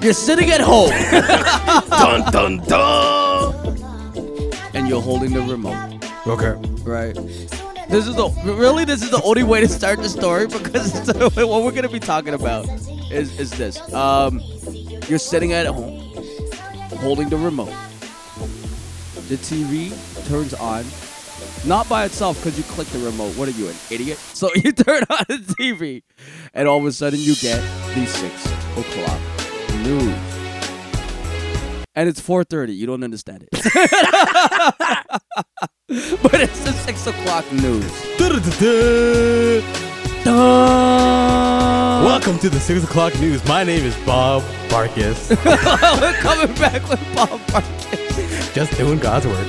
You're sitting at home Dun dun dun. and you're holding the remote, Okay. right? This is the really this is the only way to start the story because it's- what we're gonna be talking about is is this. Um, you're sitting at home, holding the remote. The TV turns on, not by itself because you click the remote. What are you, an idiot? So you turn on the TV, and all of a sudden you get the six o'clock news, and it's four thirty. You don't understand it, but it's the six o'clock news. Welcome to the six o'clock news. My name is Bob Barkis. We're coming back with Bob Barkis. Just doing God's work.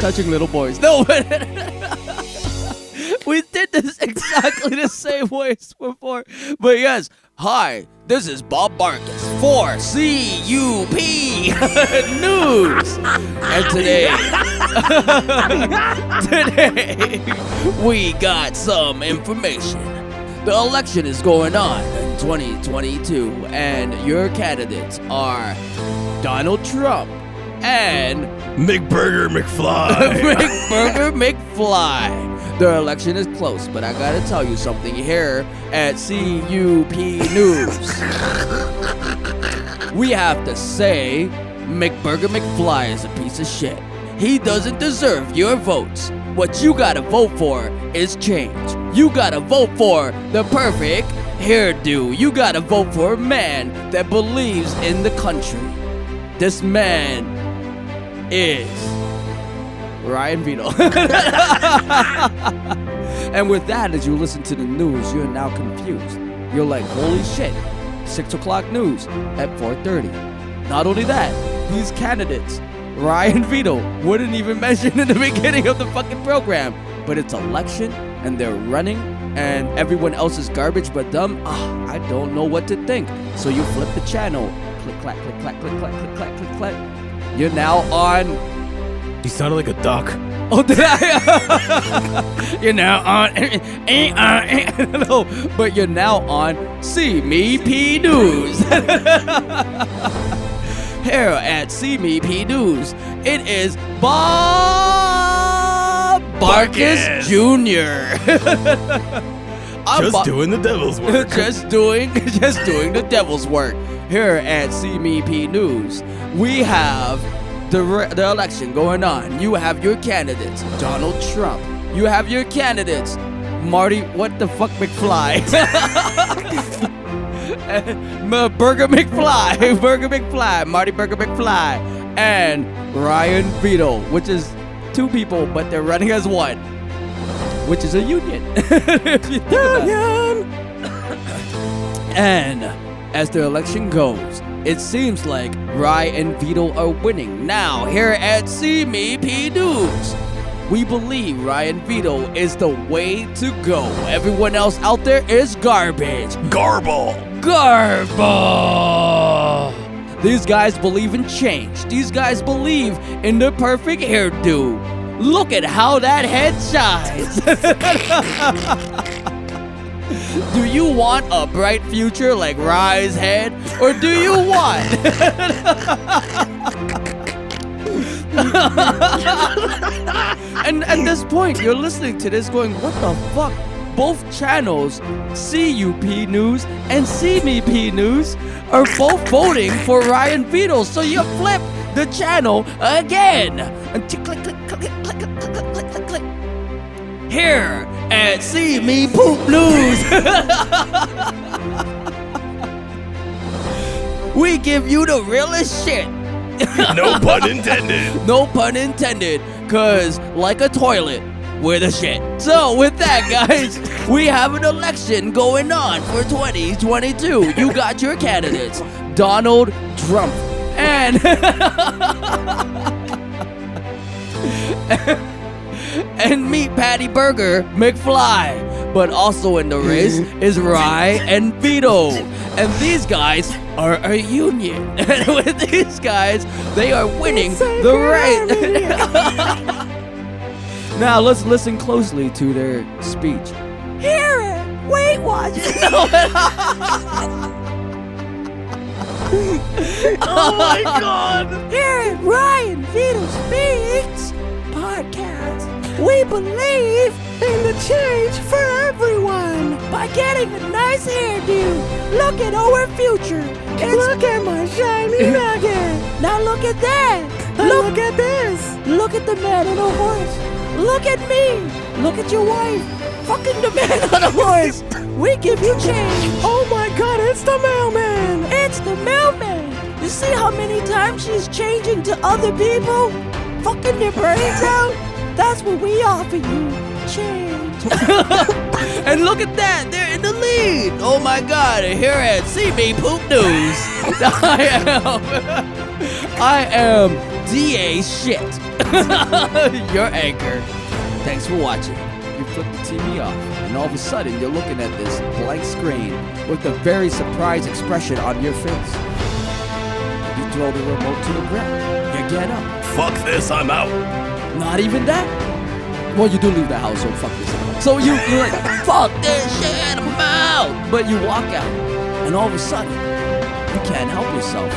Touching little boys. No, but we did this exactly the same way as before. But yes, hi, this is Bob Barkis for CUP News. And today, today, we got some information. The election is going on in 2022, and your candidates are Donald Trump and McBurger McFly. McBurger McFly. Their election is close, but I gotta tell you something here at CUP News. we have to say McBurger McFly is a piece of shit. He doesn't deserve your votes. What you gotta vote for is change. You gotta vote for the perfect hairdo. You gotta vote for a man that believes in the country. This man is Ryan Vito. and with that, as you listen to the news, you're now confused. You're like, holy shit, 6 o'clock news at 4.30. Not only that, these candidates, Ryan Vito, wouldn't even mention in the beginning of the fucking program. But it's election, and they're running, and everyone else is garbage but them. Ah, I don't know what to think. So you flip the channel. Click, clack, click, clack, click, clack, click, clack, click, clack. You're now on you sounded like a duck. Oh, did I? you're now on. eh, eh, uh, eh, no, but you're now on See Me P News. Here at See Me P News, it is Bob Barkis Barkis. Jr. I'm Just Bob- doing the devil's work. just doing just doing the devil's work here at CMEP News. We have the re- the election going on. You have your candidates, Donald Trump. You have your candidates, Marty. What the fuck, McFly? M- Burger McFly, Burger McFly, Marty Burger McFly, and Ryan Vito, which is two people, but they're running as one, which is a union. If you think about it. And as the election goes, it seems like Rye and Vito are winning now here at CMEP News. We believe Ryan Vito is the way to go. Everyone else out there is garbage. Garble. Uh. Garbo! These guys believe in change. These guys believe in the perfect hairdo. Look at how that head shines. do you want a bright future like Rye's head? Or do you want And at this point, you're listening to this going, what the fuck? Both channels, CUP News and CMP News, are both voting for Ryan Vito. So you flip the channel again. And tick, click, click, click, click, click, click, click, click, click, click. Here at See Me Poop News. we give you the realest shit. No pun intended. No pun intended, cause like a toilet, we're the shit. So with that, guys, we have an election going on for 2022. You got your candidates, Donald Trump, and and meet Patty Burger McFly. But also in the race is Rye and Vito. And these guys are a union. And with these guys, they are winning the right. now let's listen closely to their speech. Hear it. Weight Watchers. Oh my god! Hear it. Ryan Vito Speaks podcast. We believe in the change for everyone by getting a nice hairdo. Look at our future. look at my shiny nugget. Now look at that. Look, at this. Look at the man on a horse. Look at me. Look at your wife. Fucking the man on a horse. We give you change. Oh my god, it's the mailman. It's the mailman. You see how many times she's changing to other people? Fucking their brains out? That's what we offer you. Change. And look at that, they're in the lead. Oh my god, here at CB Poop News, I am, I am DA shit. Your anchor. Thanks for watching. You flip the TV off, and all of a sudden you're looking at this blank screen with a very surprised expression on your face. You throw the remote to the ground. You get up. Fuck this, I'm out. Not even that. Well, you do leave the house, so fuck this. So you, you're like, fuck this shit, I'm out. But you walk out, and all of a sudden, you can't help yourself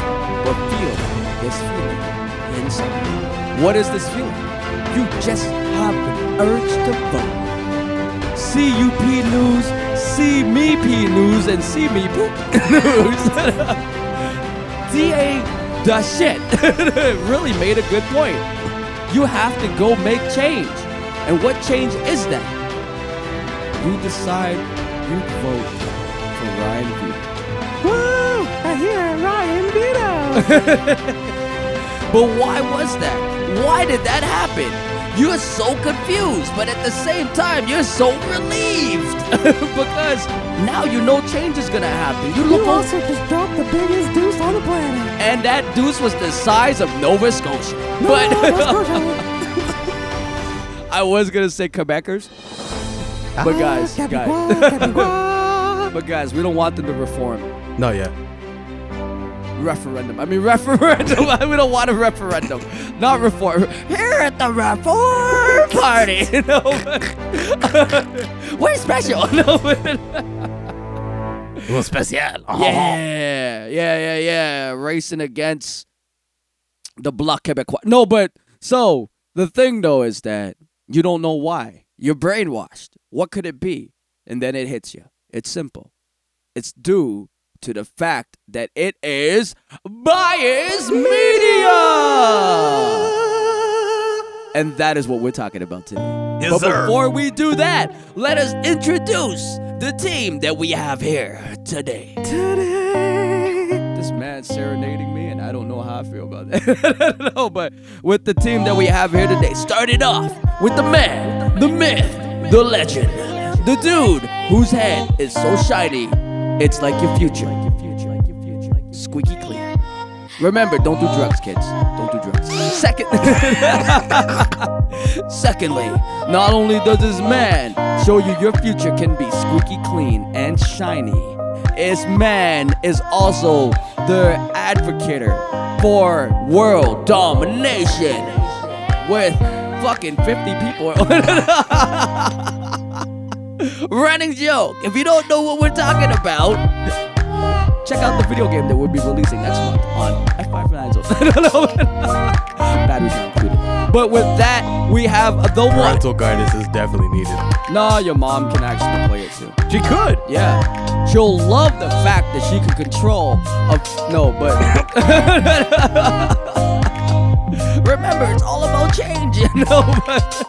but feel this feeling inside. What is this feeling? You just have the urge to vote. CUP news, see me P news, and see me poop news. DA the shit really made a good point you have to go make change. And what change is that? You decide you vote for Ryan Vito. Woo! I hear Ryan Vito. But why was that? Why did that happen? You're so confused, but at the same time, you're so relieved because now you know change is gonna happen. You look over, just dropped the biggest deuce on the planet. and that deuce was the size of Nova Scotia. but I was gonna say Quebecers, but guys, guys, Oh, but guys, we don't want them to reform. No, yeah. referendum. I mean referendum. we don't want a referendum, not reform. Here at the reform party, you know, we're special. No, Little special. yeah, yeah, yeah, yeah. Racing against the Bloc Québécois. No, but so the thing though is that you don't know why you're brainwashed. What could it be? And then it hits you. It's simple. It's due to the fact that it is bias media. And that is what we're talking about today. Yes, but sir. before we do that, let us introduce the team that we have here today. This man serenading me, and I don't know how I feel about that. no, but with the team that we have here today, started off with the man, the myth, the legend, the dude whose head is so shiny, it's like your future. Squeaky clean. Remember, don't do drugs, kids. Don't do drugs. Second, secondly, not only does this man show you your future can be squeaky clean and shiny, this man is also the advocate for world domination with fucking 50 people. Running joke. If you don't know what we're talking about, check out the video game that we'll be releasing next month on F590. Batteries not included. But with that, we have the one. Parental guidance is definitely needed. Nah, your mom can actually play it too. She could. Yeah. She'll love the fact that she can control a no, but remember it's all about change, you know. But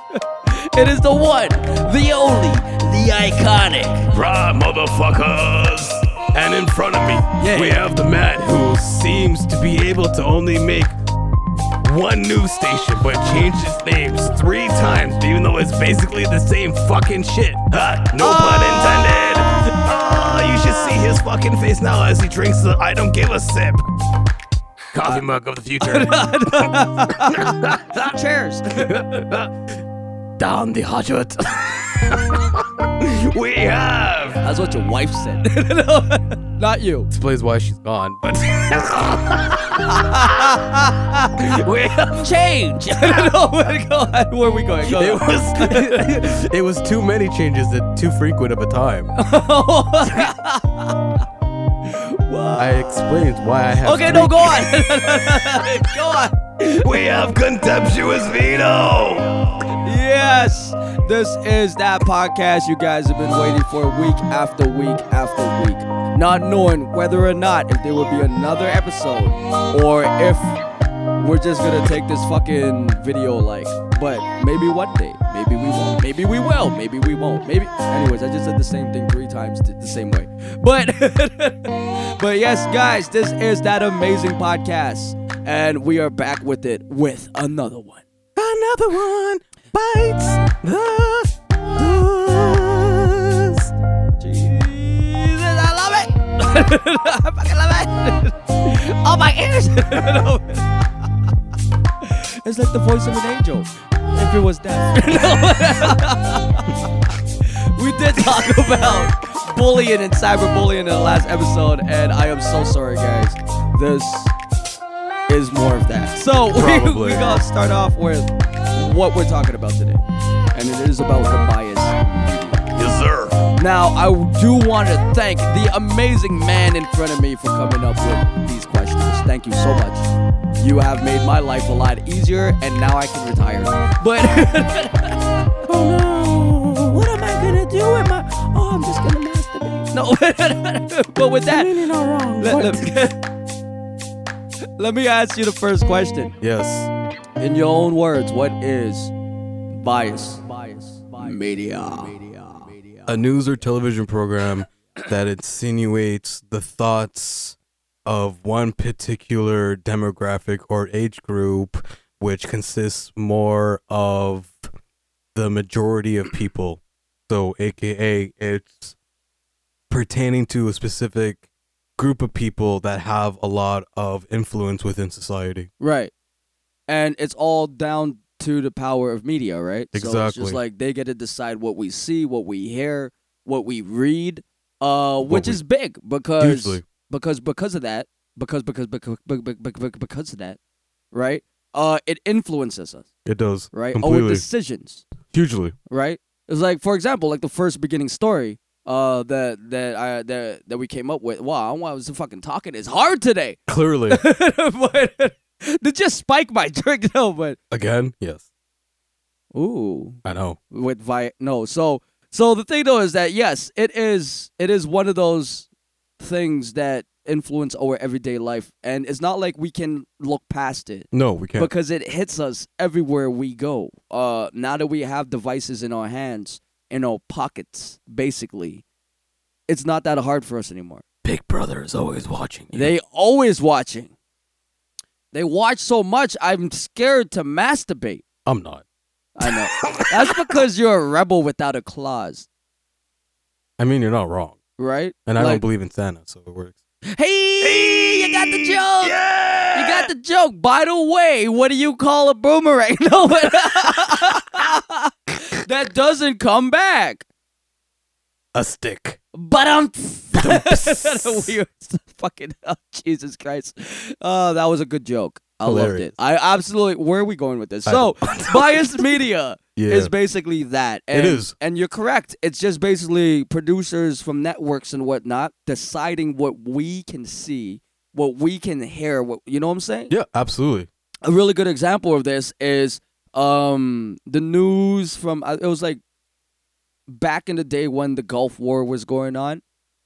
it is the one, the only, the iconic. Right, motherfuckers. And in front of me, Yeah. we have the man who seems to be able to only make one news station, but changed its names three times, even though it's basically the same fucking shit. Huh? No pun intended. Ah, you should see his fucking face now as he drinks the I don't give a sip. Coffee mug of the future. Cheers. Down the hatchet. We have. That's what your wife said. Not you. Explains why she's gone, but we have. Change. I don't know where to go. Where are we going? Go. It was it was too many changes at too frequent of a time. I explained why I have. okay, three no, go on. go on. We have contemptuous veto. Yes, this is that podcast you guys have been waiting for week after week after week, not knowing whether or not if there will be another episode or if we're just gonna take this fucking video like. But maybe one day, maybe we won't, maybe we will, maybe we won't, maybe. Anyways, I just said the same thing three times th- the same way, but. But yes, guys, this is that amazing podcast, and we are back with it with another one. Another one bites the dust. Jesus, I love it. I fucking love it. Oh my ears. it's like the voice of an angel. If it was that. we did talk about bullying and cyberbullying in the last episode, and I am so sorry, guys. This is more of that. So we, Probably. we gonna start off with what we're talking about today, and it is about the bias Yes, sir. now, I do want to thank the amazing man in front of me for coming up with these questions. Thank you so much. You have made my life a lot easier, and now I can retire. But Oh no! What am I gonna do? Am I? Oh, I'm just gonna masturbate. no, but with I that, mean, you're not wrong. let, but- let- let me ask you the first question. Yes. In your own words, what is bias? Bias. Media. A news or television program that insinuates the thoughts of one particular demographic or age group, which consists more of the majority of people. So, AKA, it's pertaining to a specific group of people that have a lot of influence within society. Right. And it's all down to the power of media, right? So it's Exactly. just like they get to decide what we see, what we hear, what we read, uh, which we- is big because Hugely. because because of that, because because because because, because of that, right? Uh, it influences us, It does. right? Our Completely. decisions, Hugely. right? It's like, for example, like the first beginning story, uh, that that I that that we came up with. Wow, I was fucking talking. It's hard today. Clearly. but they just spike my drink though, but Again? Yes. ooh, I know. with vi no. So so the thing though is that yes, it is it is one of those things that influence our everyday life, and it's not like we can look past it No, we can't. because it hits us everywhere we go. Uh, now that we have devices in our hands, in our pockets, basically, it's not that hard for us anymore. Big Brother is always watching. They always watching. They watch so much, I'm scared to masturbate. I'm not. I know. That's because you're a rebel without a clause, I mean, you're not wrong. right? And I don't Like, believe in Santa, so it works. Hey, you got the joke. Yeah! You got the joke. By the way, what do you call a boomerang? No, but- that doesn't come back. a stick. But I'm Dumps. weird. Fucking oh, Jesus Christ. Oh, that was a good joke. I loved Hilarious. it. I absolutely. Where are we going with this? I So, biased media Yeah. is basically that. And, is. and you're correct. It's just basically producers from networks and whatnot deciding what we can see, what we can hear. What you know what I'm saying? yeah, absolutely. a really good example of this is um the news from uh, it was like back in the day when the Gulf War was going on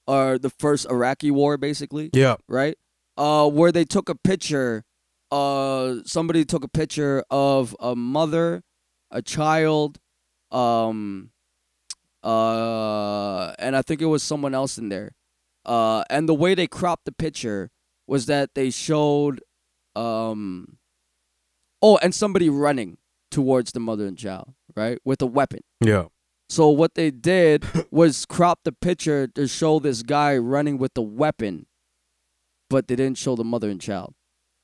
or the first Iraqi war basically Yeah. right uh where they took a picture uh somebody took a picture of a mother a child um uh and I think it was someone else in there uh and the way they cropped the picture was that they showed um oh and somebody running towards the mother and child right with a weapon Yeah. so what they did was crop the picture to show this guy running with the weapon, but they didn't show the mother and child.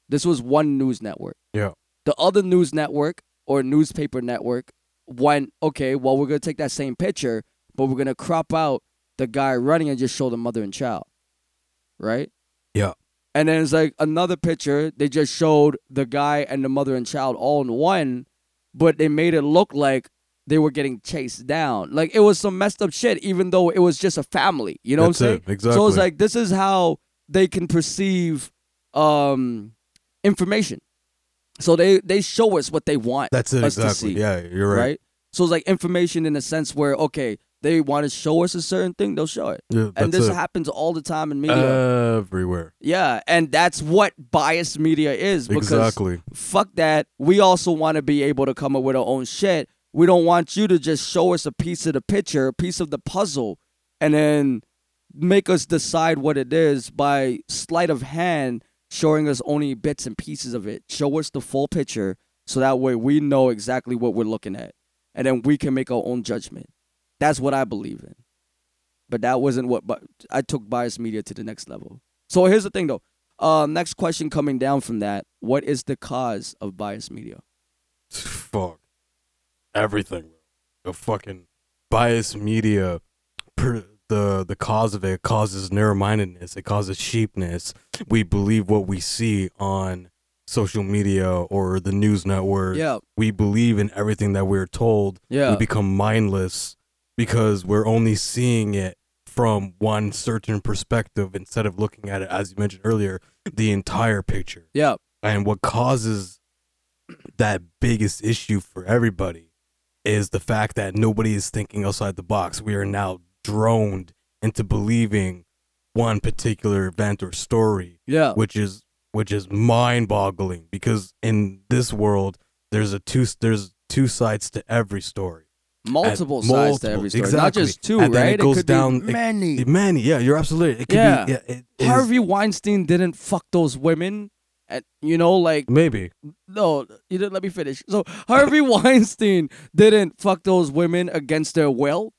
This was one news network. Yeah. The other news network or newspaper network went, okay, well, we're going to take that same picture, but we're gonna crop out the guy running and just show the mother and child, right? Yeah. And then it's like another picture. They just showed the guy and the mother and child all in one, but they made it look like they were getting chased down. Like it was some messed up shit, even though it was just a family. You know That's what I'm saying? it, So exactly. it's like this is how they can perceive um, information. So they they show us what they want. That's it us to exactly. see, Yeah, you're right. right. So it's like information in a sense where okay, they want to show us a certain thing, they'll show it. Yeah, and that's this it. happens all the time in media. everywhere. Yeah, and that's what biased media is because Exactly. fuck that. We also want to be able to come up with our own shit. We don't want you to just show us a piece of the picture, a piece of the puzzle, and then make us decide what it is by sleight of hand, showing us only bits and pieces of it. Show us the full picture so that way we know exactly what we're looking at. And then we can make our own judgment. That's what I believe in. But that wasn't what but I took biased media to the next level. So here's the thing though. Uh, next question coming down from that. What is the cause of biased media? Fuck. Everything. bro. The fucking biased media. Per, the the cause of it causes narrow-mindedness. It causes sheepness. We believe what we see on social media or the news network. Yeah, We believe in everything that we're told. yeah, We become mindless because we're only seeing it from one certain perspective instead of looking at it, as you mentioned earlier, the entire picture. yeah, and what causes that biggest issue for everybody is the fact that nobody is thinking outside the box. We are now droned into believing one particular event or story, yeah, which is which is mind-boggling because in this world there's a two there's two sides to every story. multiple At sides to every story, Exactly. not just two, and right? Then it goes could down be many. many. Yeah, you're absolutely. It could Yeah. be, yeah it is- Harvey Weinstein didn't fuck those women, and you know, like maybe. no, you didn't let me finish. So Harvey Weinstein didn't fuck those women against their will.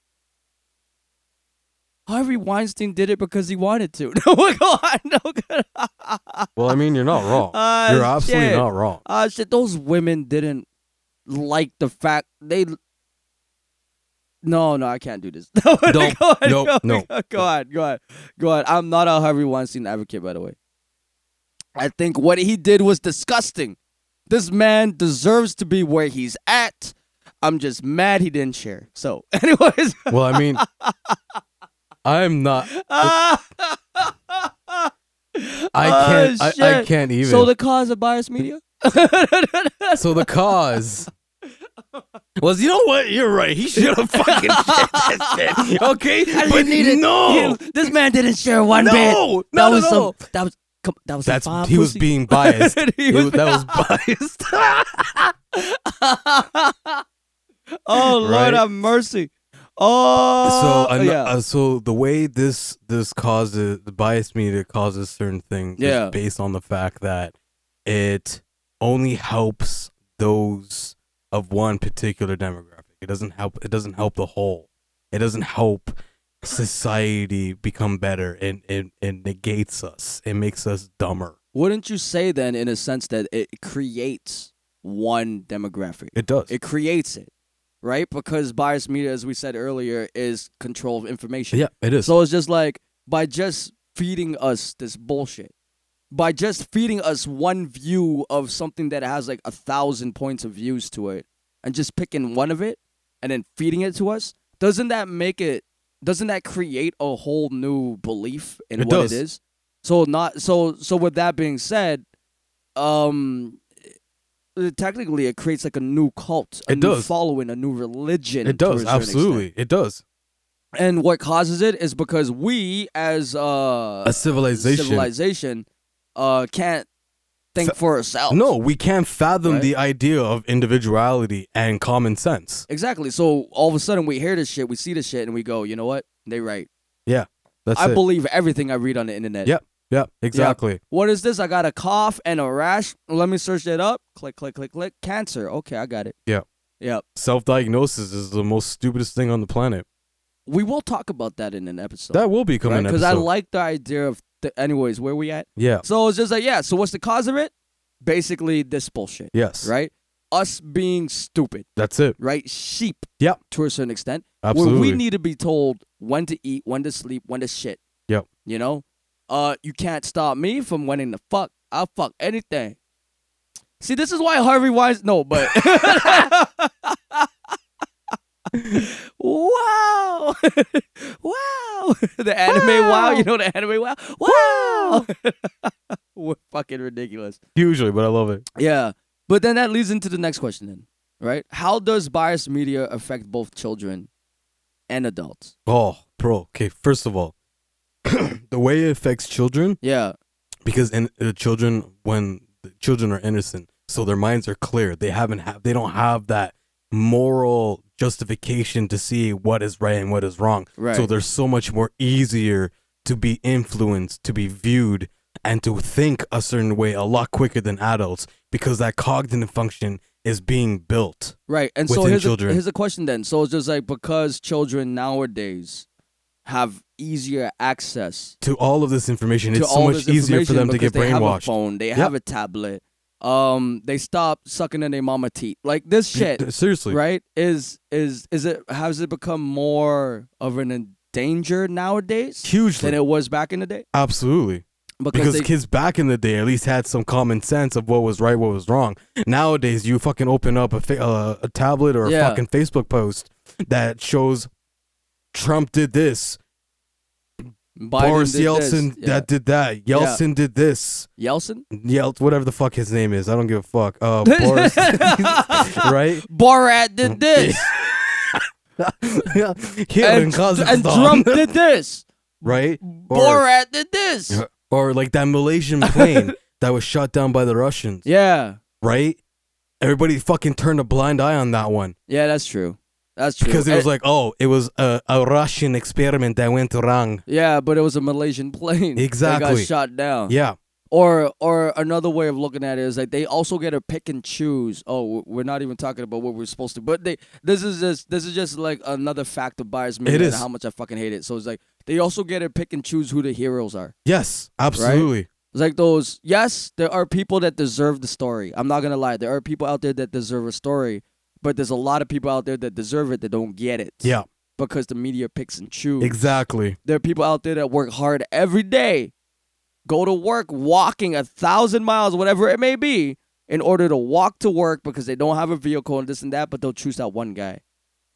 Harvey Weinstein did it because he wanted to. No, go on, no, go on. Well, I mean, you're not wrong. Ah, you're absolutely shit. not wrong. Ah, shit, those women didn't like the fact they. No, no, I can't do this. No, Don't. go on, Nope, go, no. Go, on, go on, go on. I'm not a Harvey Weinstein advocate, by the way. I think what he did was disgusting. This man deserves to be where he's at. I'm just mad he didn't share. So, anyways, Well, I mean, I'm not. ah, Ah, I Oh, can't. I, I shit. can't even. so the cause of biased media. so the cause was. You know what? You're right. He should have fucking said that shit. Okay, but didn't need it. no, He- this man didn't share one No, bit. no, that no, was no. some. That was. Come, that was. some that's fine he was pussy. being biased. He It was- was- that was biased. oh Lord Right? have mercy. Oh. so, an- yeah. uh, so the way this this causes the bias media causes certain things Yeah. is based on the fact that it only helps those of one particular demographic. It doesn't help. It doesn't help the whole. It doesn't help society become better. And it, it, negates us. It makes us dumber. Wouldn't you say then, in a sense, that it creates one demographic? It does. It creates it, right? Because biased media, as we said earlier, is control of information. yeah, it is. So it's just like by just feeding us this bullshit, by just feeding us one view of something that has like a thousand points of views to it, and just picking one of it and then feeding it to us, doesn't that make it? Doesn't that create a whole new belief in It what does. it is? So not so so. With that being said, um. uh, Technically, it creates like a new cult, a It new does. following, a new religion. it to a does. certain extent. Absolutely, it does. And what causes it is because we, as uh, A civilization. civilization, uh, can't think for ourselves. No, we can't fathom Right? the idea of individuality and common sense. exactly. So all of a sudden, we hear this shit, we see this shit, and we go, you know what? They right. That's I it. believe everything I read on the internet. Yep. Yeah, exactly. What is this? I got a cough and a rash. Let me search that up. Click, click, click, click. Cancer. Okay, I got it. Yeah. Yep. Self-diagnosis is the most stupidest thing on the planet. We will talk about that in an episode. That will be coming because episode. I like the idea of. Th- anyways, where we at? yeah. So it's just like, yeah. So what's the cause of it? Basically, this bullshit. Yes. right? us being stupid, That's it. right? Sheep Yep. to a certain extent. Where Absolutely. we need to be told when to eat, when to sleep, when to shit. Yep. You know? Uh you can't stop me from wanting to fuck. I'll fuck anything. See, this is why Harvey Wise no, but Wow. wow. The anime wow. you know the anime wow. Wow. We're fucking ridiculous. Usually, but I love it. Yeah. But then that leads into the next question then, right? How does biased media affect both children and adults? Oh, bro. Okay, first of all, the way it affects children Yeah. because in the children when the children are innocent, so their minds are clear. They haven't have they don't have that moral justification to see what is right and what is wrong. Right. So they're so much more easier to be influenced, to be viewed, and to think a certain way a lot quicker than adults because that cognitive function is being built. Right. And so within here's a, children. here's a question then. So it's just like because children nowadays have easier access To all of this information, to it's so all much this easier for information them to because get they have a brainwashed. phone, they have a tablet, um, they stop sucking in their mama teeth. Like this shit, Seriously. right? Is is is it has it become more of an danger nowadays Hugely. than it was back in the day? Absolutely. Because they, kids back in the day at least had some common sense of what was right, what was wrong. Nowadays, you fucking open up a fa- uh, a tablet or Yeah. a fucking Facebook post that shows Trump did this, Biden Boris did this. Yeltsin Yeah. that did that, Yeltsin did this, Yeltsin, Yelt whatever the fuck his name is, I don't give a fuck. Uh, Boris, right? Borat did this, yeah, and, and Trump did this, right? Or, Borat did this. or like that Malaysian plane that was shot down by the Russians. Yeah. right? Everybody fucking turned a blind eye on that one Yeah, that's true. That's true. because it was Eh, like, oh, it was a, a Russian experiment that went wrong. yeah, but it was a Malaysian plane. That got Exactly. shot down. Yeah, Or or another way of looking at it is like they also get to pick and choose. Oh, w- we're not even talking about what we're supposed to. But they this is just this is just like another fact of bias media It and is. how much I fucking hate it. So it's like they also get to pick and choose who the heroes are. yes, absolutely. It's like those. Yes, there are people that deserve the story. I'm not gonna lie. There are people out there that deserve a story, but there's a lot of people out there that deserve it that don't get it. Yeah, Because the media picks and choose. exactly. There are people out there that work hard every day, go to work walking a thousand miles, whatever it may be, in order to walk to work because they don't have a vehicle and this and that, but they'll choose that one guy,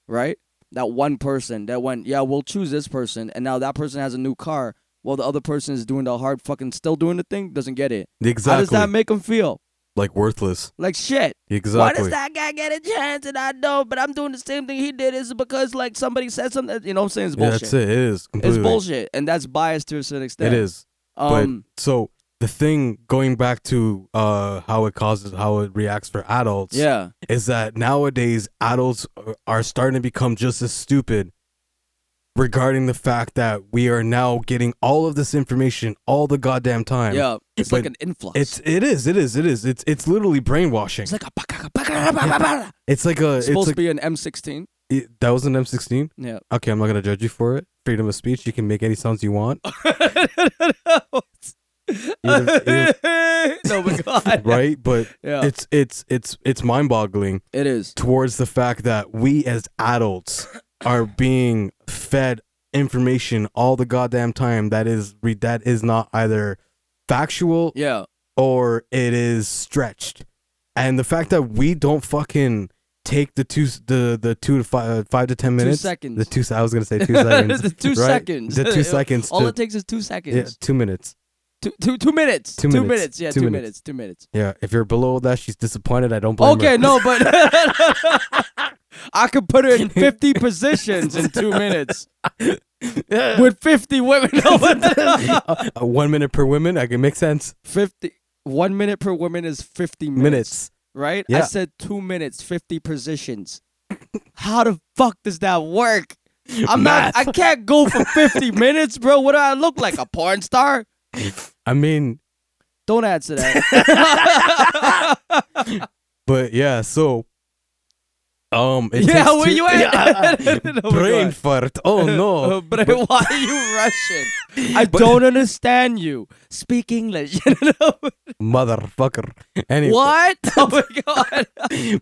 right? That one person that went, yeah, we'll choose this person, and now that person has a new car while the other person is doing the hard fucking, still doing the thing, doesn't get it. How does Exactly. that make them feel? like worthless. Like shit. Why Exactly. does that guy get a chance and I don't? But I'm doing the same thing he did. Is because like somebody said something? You know what I'm saying? It's yeah, bullshit. that's it. It is It's completely. bullshit, and that's biased to a certain extent. It is. Um, but so the thing going back to uh how it causes how it reacts for adults. yeah, is that nowadays adults are- are starting to become just as stupid regarding the fact that we are now getting all of this information all the goddamn time. yeah. It's but like an influx. It's it is it is it is it's it's literally brainwashing. it's like a baka- baka- baka- baka- It's like a It's it's supposed like to be an M16. it- that was an M16. Yeah. Okay, I'm not gonna judge you for it. Freedom of speech. You can make any sounds you want. Either- either- no, but God. right, but Yeah, it's it's it's it's mind-boggling it is. towards the fact that we as adults are being fed information all the goddamn time that is re- that is not either factual Yeah, or it is stretched and the fact that we don't fucking take the two s- the the two to five uh, five to ten minutes seconds. the two s- i was gonna say two seconds The two right? seconds. the two seconds all to- it takes is two seconds. yeah, two minutes Two, two, two minutes. Two minutes. Yeah, two, Two minutes. minutes. Two minutes. yeah if you're below that she's disappointed i don't blame Okay, her. no, but I could put her in 50 positions in two minutes with 50 women. No, what the- Uh, uh, one minute per women i can make sense 50 one minute per woman is 50 minutes, minutes right i Yeah. said two minutes 50 positions how the fuck does that work i'm Math. not i can't go for 50 minutes bro what do i look like a porn star i mean don't answer that But yeah, so Um, it Yeah, takes where two- you at? Yeah. Oh my God. brain fart. Oh Uh, no. but why are you Russian? I don't understand you. Speak English. Motherfucker. Anyway. what? Oh my god.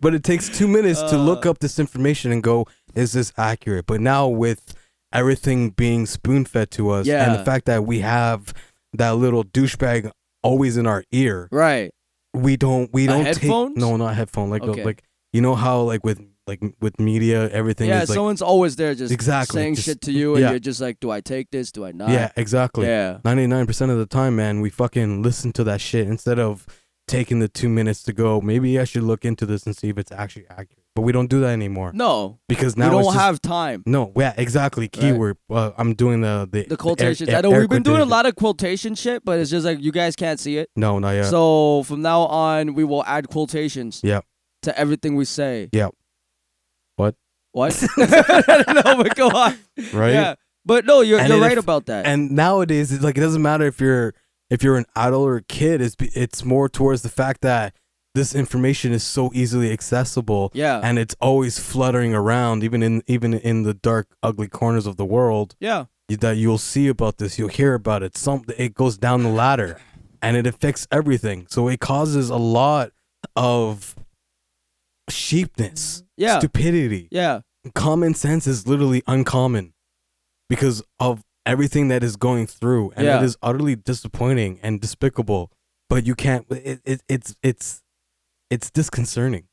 But it takes two minutes to Uh. look up this information and go, is this accurate? But now with everything being spoon fed to us and Yeah. the fact that we have that little douchebag always in our ear, Right. we don't we A don't Uh, headphones? take no not headphone like Okay. uh, like you know how like with like with media everything Yeah, is like someone's always there just Exactly, saying just- shit to you and yeah. you're just like, Do I take this? Do I not? yeah exactly Uh, Yeah. 99% of the time, man, we fucking listen to that shit instead of taking the two minutes to go. Maybe I should look into this and see if it's actually accurate. But we don't do that anymore No. because We now don't it's just- have time. no. Yeah, exactly. Keyword. Uh, I'm doing the the, The air- quotations. air- I know air we've been doing a quotation. lot of quotation shit, but it's just like you guys can't see it. No, not yet. So from now on, we will add quotations. Yeah. To everything we say. Yeah. What? What? no, but go on. right. Yeah. But no, you're, And you're then right if- about that. And nowadays, it's like it doesn't matter if you're if you're an adult or a kid. It's be- it's more towards the fact that this information is so easily accessible. Yeah. and it's always fluttering around even in even in the dark ugly corners of the world yeah. you- that you'll see about this you'll hear about it some it goes down the ladder and it affects everything so it causes a lot of sheepness Yeah. stupidity Yeah. common sense is literally uncommon because of everything that is going through and Yeah. it is utterly disappointing and despicable but you can't it, it, it's it's it's disconcerting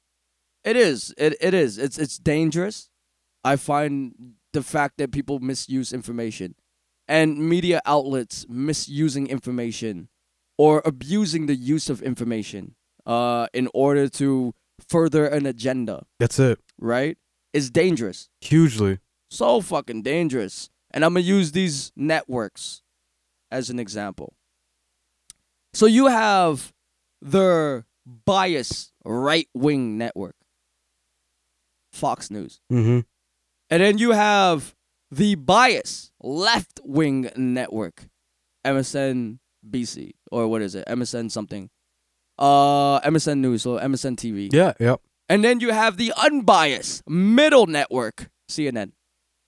It is. It it is. It's it's dangerous. I find the fact that people misuse information and media outlets misusing information or abusing the use of information uh in order to further an agenda, that's it right? Is dangerous. hugely So fucking dangerous. And I'm going to use these networks as an example. So you have the bias right-wing network. Fox News. Mm-hmm. And then you have the bias left wing network, MSN BC, or what is it? MSN something. Uh, MSN News, or MSN TV. Yeah. Yep. And then you have the unbiased middle network, CNN.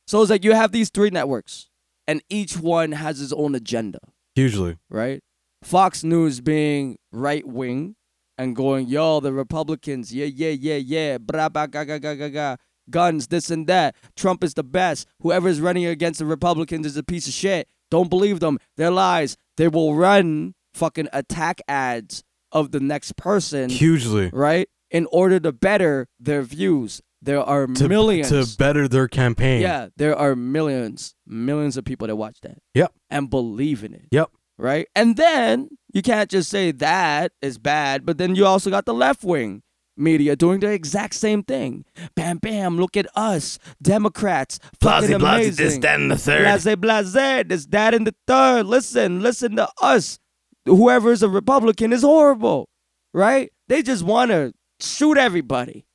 So it's like you have these three networks, and each one has its own agenda, Hugely. right? Fox News being right wing and going, yo, the Republicans, yeah, yeah, yeah, yeah, blah, blah, ga, ga, ga, ga, ga, guns, this and that. Trump is the best. Whoever is running against the Republicans is a piece of shit. Don't believe them. They're lies. They will run fucking attack ads of the next person Hugely. right? In order to better their views, there are To, millions. to better their campaign. yeah, there are millions, millions of people that watch that. Yep. And believe in it, Yep. right? And then you can't just say that is bad, but then you also got the left wing media doing the exact same thing. Bam, bam, look at us, Democrats, fucking amazing. and the third. Blase, blase, this, that, and the third. Listen, listen to us. Whoever is a Republican is horrible, right? They just want to shoot everybody.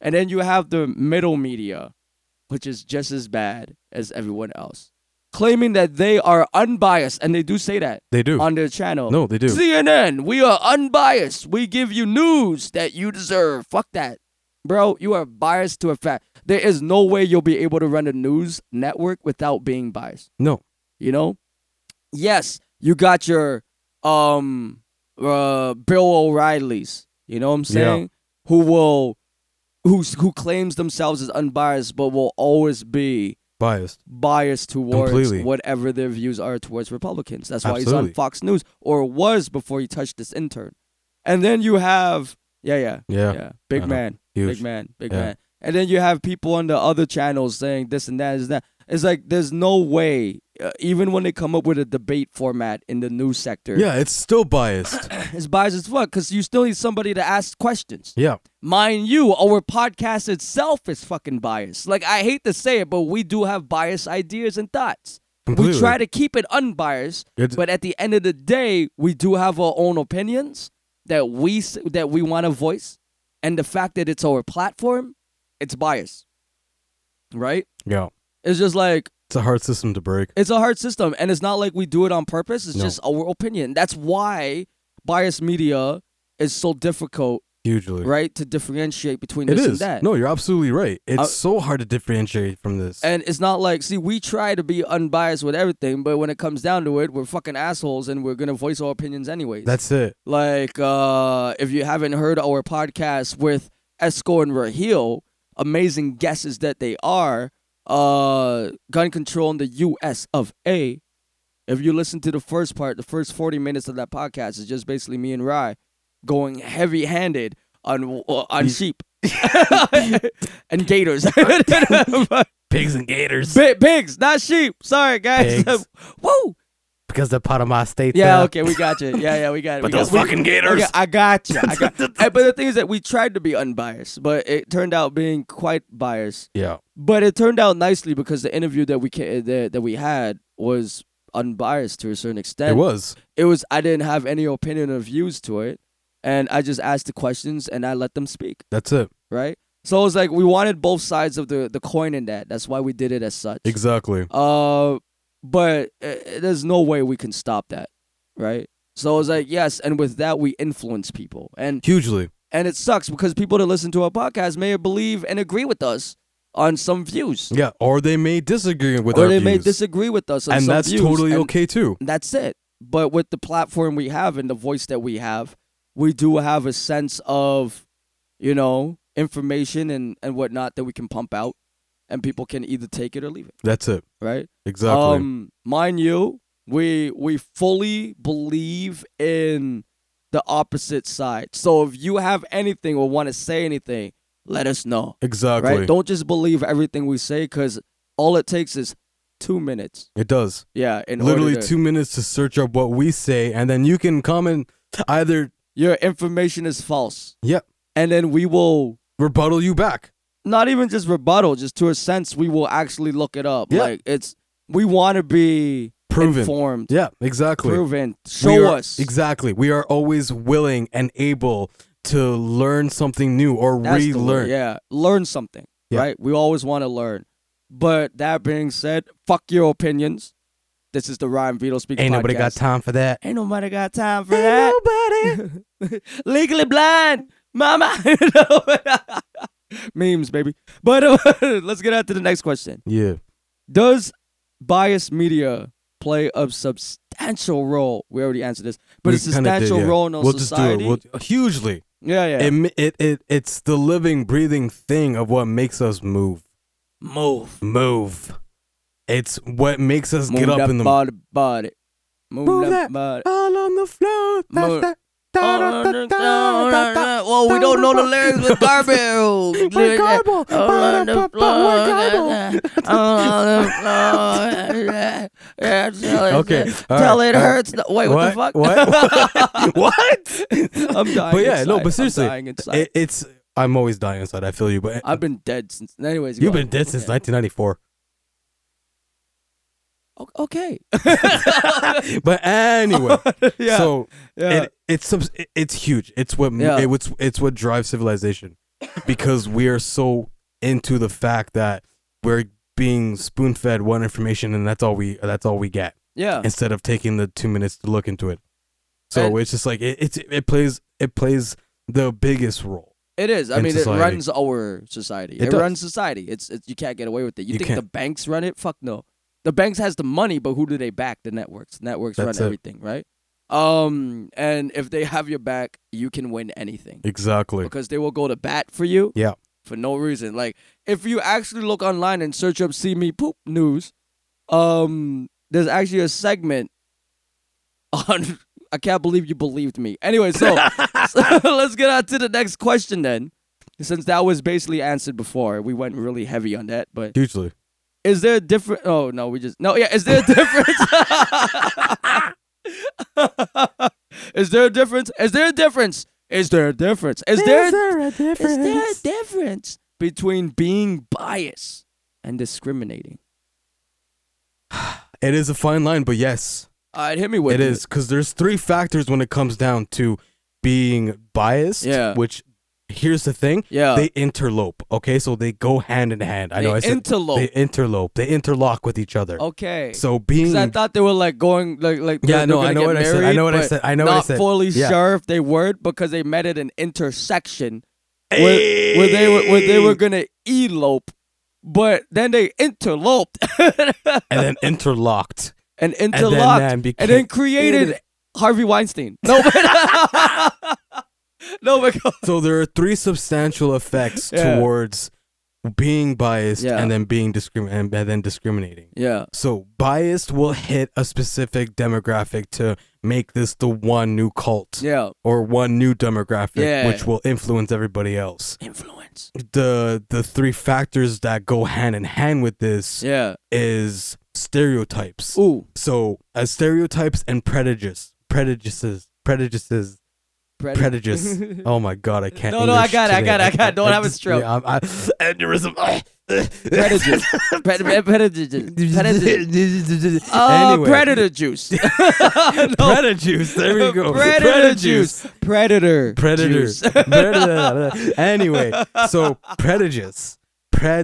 And then you have the middle media, which is just as bad as everyone else, claiming that they are unbiased. And they do say that They do. on their channel. no, they do. CNN, we are unbiased. We give you news that you deserve. Fuck that. Bro, you are biased to a fact. There is no way you'll be able to run a news network without being biased. no. You know? Yes, you got your um uh Bill O'Reilly's, you know what I'm Yeah. saying? Who will who's who claims themselves as unbiased but will always be Biased. biased towards Completely. whatever their views are towards Republicans. That's why he's on Absolutely. Fox News or was before he touched this intern. And then you have yeah, yeah, Yeah. yeah, big I know. man, Huge. big man, big Yeah. man. And then you have people on the other channels saying this and that is that. It's like there's no way, uh, even when they come up with a debate format in the news sector, Yeah, it's still biased. it's biased as fuck because you still need somebody to ask questions. yeah. Mind you, our podcast itself is fucking biased. Like I hate to say it, but we do have biased ideas and thoughts. We Completely. try to keep it unbiased, It's- but at the end of the day, we do have our own opinions that we s- that we want to voice, and the fact that it's our platform, it's biased, right? Yeah. It's just like It's a hard system to break. it's a hard system, and it's not like we do it on purpose. It's No. just our opinion. That's why biased media is so difficult Hugely. right? To differentiate between It this and is. that. No, you're absolutely right. It's Uh, so hard to differentiate from this. And it's not like, see, we try to be unbiased with everything, but when it comes down to it, we're fucking assholes and we're going to voice our opinions anyways. That's it. like, uh, if you haven't heard our podcast with Esco and Raheel, amazing guesses that they are, uh, gun control in the US of A. If you listen to the first part, the first 40 minutes of that podcast is just basically me and Rye going heavy handed on, uh, on sheep. and gators. Pigs and gators. Bi- pigs, not sheep. Sorry, guys. Pigs. Woo. because the Panama State. Yeah, okay, we got you. Yeah, yeah, we got it. But we got- those we- fucking gators. okay, I got you. I got, Eh, but the thing is that we tried to be unbiased, but it turned out being quite biased. Yeah. But it turned out nicely because the interview that we ca- that, that we had was unbiased to a certain extent. It was. It was. I didn't have any opinion or views to it, and I just asked the questions and I let them speak. That's it. Right. So it was like we wanted both sides of the the coin in that. That's why we did it as such. Exactly. Uh, but uh, there's no way we can stop that, right? So it's like yes, and with that we influence people, and Hugely. and it sucks because people that listen to our podcast may believe and agree with us on some views, Yeah. Or they may disagree with or our they may views. disagree with us, on and some that's views, totally and okay too. That's it. But with the platform we have and the voice that we have, we do have a sense of, you know, information and and whatnot that we can pump out, and people can either take it or leave it, That's it. right? Exactly. Um, mind you, we we fully believe in the opposite side. So if you have anything or want to say anything, let us know. exactly. Right? Don't just believe everything we say because all it takes is two minutes. it does. Yeah, in order Literally to- two minutes to search up what we say, and then you can comment either. Your information is false, Yep. and then we will Rebuttal you back. not even just rebuttal, just to a sense, we will actually look it up. Yeah. Like it's we want to be Proven. informed, Yeah. Exactly. proven. Show We are- us Exactly. We are always willing and able to learn something new or That's the relearn. word, yeah, learn something. Yeah. Right? We always want to learn. But that being said, fuck your opinions. This is the Ryan Vito speaking. Ain't nobody got podcast. time for that. Ain't nobody got time for that. Nobody. Legally blind, mama. Memes, baby. But uh, let's get on to the next question. Yeah. Does biased media play a substantial role? We already answered this, but We a kinda did, substantial yeah. role in our we'll society. Just do it. We'll, hugely. yeah, yeah. It, m- it, it, it's the living, breathing thing of what makes us move. Move. Move. It's what makes us Move get up that in the body, body. Move, Move that that body. All on the floor. Mo- da- da- Oh, da- da- da- da- da- Well, we don't know the lyrics with Garbo. We're garble. On the Ba-da-ba-ba, floor. we're On the floor. Yeah, tell it- Okay, all Tell right, it all right. hurts. Wait, what the fuck? What? what? I'm dying. But yeah, no, inside. I'm but seriously, dying inside. it, it's. I'm always dying inside. I feel you, but I've been dead since. Anyways, you've go been on. dead since Okay. 1994. O- Okay. But anyway, yeah. so yeah. it, it's subs- it- it's huge. It's what Yeah. it, it's it's what drives civilization, because we are so into the fact that we're being spoon fed one information and that's all we that's all we get yeah. instead of taking the two minutes to look into it. So And- it's just like it, it's it plays it plays the biggest role. It is. I in mean, society. it runs our society. It It, does. runs society. It's, it's you can't get away with it. You, You think the can't. banks run it? Fuck no. The banks has the money, but who do they back? The networks. The networks That's it. run everything, right? Um, and if they have your back, you can win anything Exactly. because they will go to bat for you Yeah. for no reason. Like if you actually look online and search up "See Me Poop" news, um, there's actually a segment on. I can't believe you believed me. Anyway, so, so let's get on to the next question then, since that was basically answered before. We went really heavy on that, but Hugely. is there a different? Oh no, we just no. Yeah, is there a difference? is there a difference? Is there a difference? Is there a difference? Is there? a Is there a difference between being biased and discriminating? It is a fine line, but yes, All right, hit me with it is because there's three factors when it comes down to being biased, Yeah. which here's the thing. Yeah. They interlope. Okay, so they go hand in hand. I They know. I said interlope. They interlope. They interlock with each other. Okay. So 'Cause being I thought they were like going like like Yeah, they're- no, they're gonna I know get what I said, I married, know what I but said, I know what not I said. fully Yeah. sure if they were because they met at an intersection where, where they were where they were gonna elope, but then they interloped and then interlocked. and then interlocked and man then, became- created Harvey Weinstein. No, but no, because So there are three substantial effects Yeah. towards being biased Yeah. and then being discrimin and, and then discriminating. yeah, So biased will hit a specific demographic to make this the one new cult yeah, or one new demographic Yeah. which will influence everybody else. influence. The the three factors that go hand in hand with this Yeah. is stereotypes. Ooh, So uh, stereotypes and prejudice, prejudices, prejudices predator. prejudice. oh my god, I can't. No, no, I English got it, I today. got it, I got it. Don't have a just- stroke. yeah, I'm- I- aneurysm. Predator. Pred- predator. Predator. Uh, Anyway. Predator juice. no, Predator juice. There we go. Predator, juice. Predator. Predator. juice. Predator. anyway, so prejudice,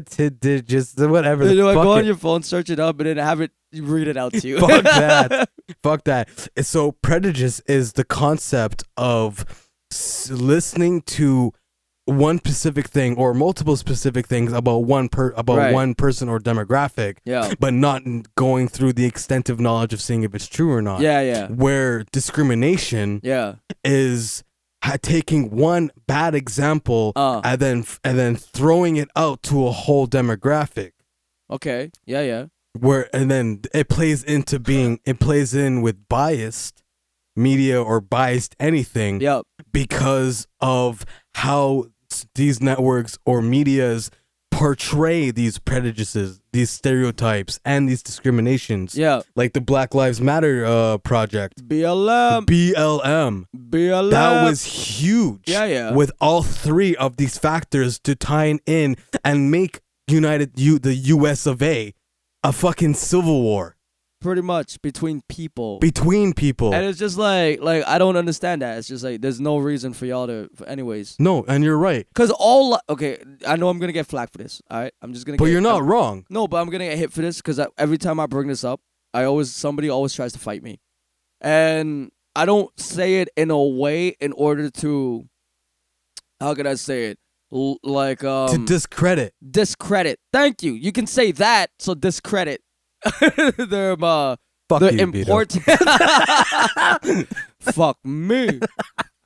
prejudice, whatever. You The know what? fuck Go it- on your phone, search it up, and then have it read it out to you. fuck that. Fuck that. So prejudice is the concept of s- listening to one specific thing or multiple specific things about one per about Right. one person or demographic, Yeah. but not n- going through the extensive knowledge of seeing if it's true or not. Yeah, yeah, Where discrimination yeah. is ha- taking one bad example Uh. and then f- and then throwing it out to a whole demographic Okay. Yeah, yeah. where and then it plays into being it plays in with biased media or biased anything Yep. because of how s- these networks or medias portray these prejudices these stereotypes and these discriminations Yeah. like the black lives matter uh project BLM. blm BLM. that was huge Yeah, yeah. with all three of these factors to tie in and make united u the us of a a fucking civil war pretty much between people. between people. and it's just like, like I don't understand that. It's just like there's no reason for y'all to, for anyways. no, and you're right, Cause all, li- okay, I know I'm gonna get flack for this. All right, I'm just gonna. but get, you're not I'm- wrong. no, but I'm gonna get hit for this because every time I bring this up, I always somebody always tries to fight me, and I don't say it in a way in order to, how can I say it, L- like um, to discredit, discredit. Thank you. You can say that, so discredit. They're uh, fuck the you, important. fuck me.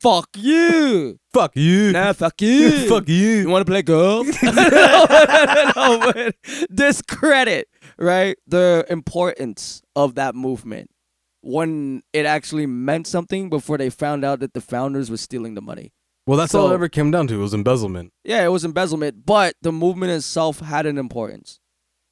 fuck you. Vito. Fuck you. Nah, fuck you. fuck You you. want to play girl? no, no, no, but discredit, right? The importance of that movement when it actually meant something before they found out that the founders were stealing the money. Well, that's all So- it ever came down to was embezzlement. Yeah, it was embezzlement, but the movement itself had an importance,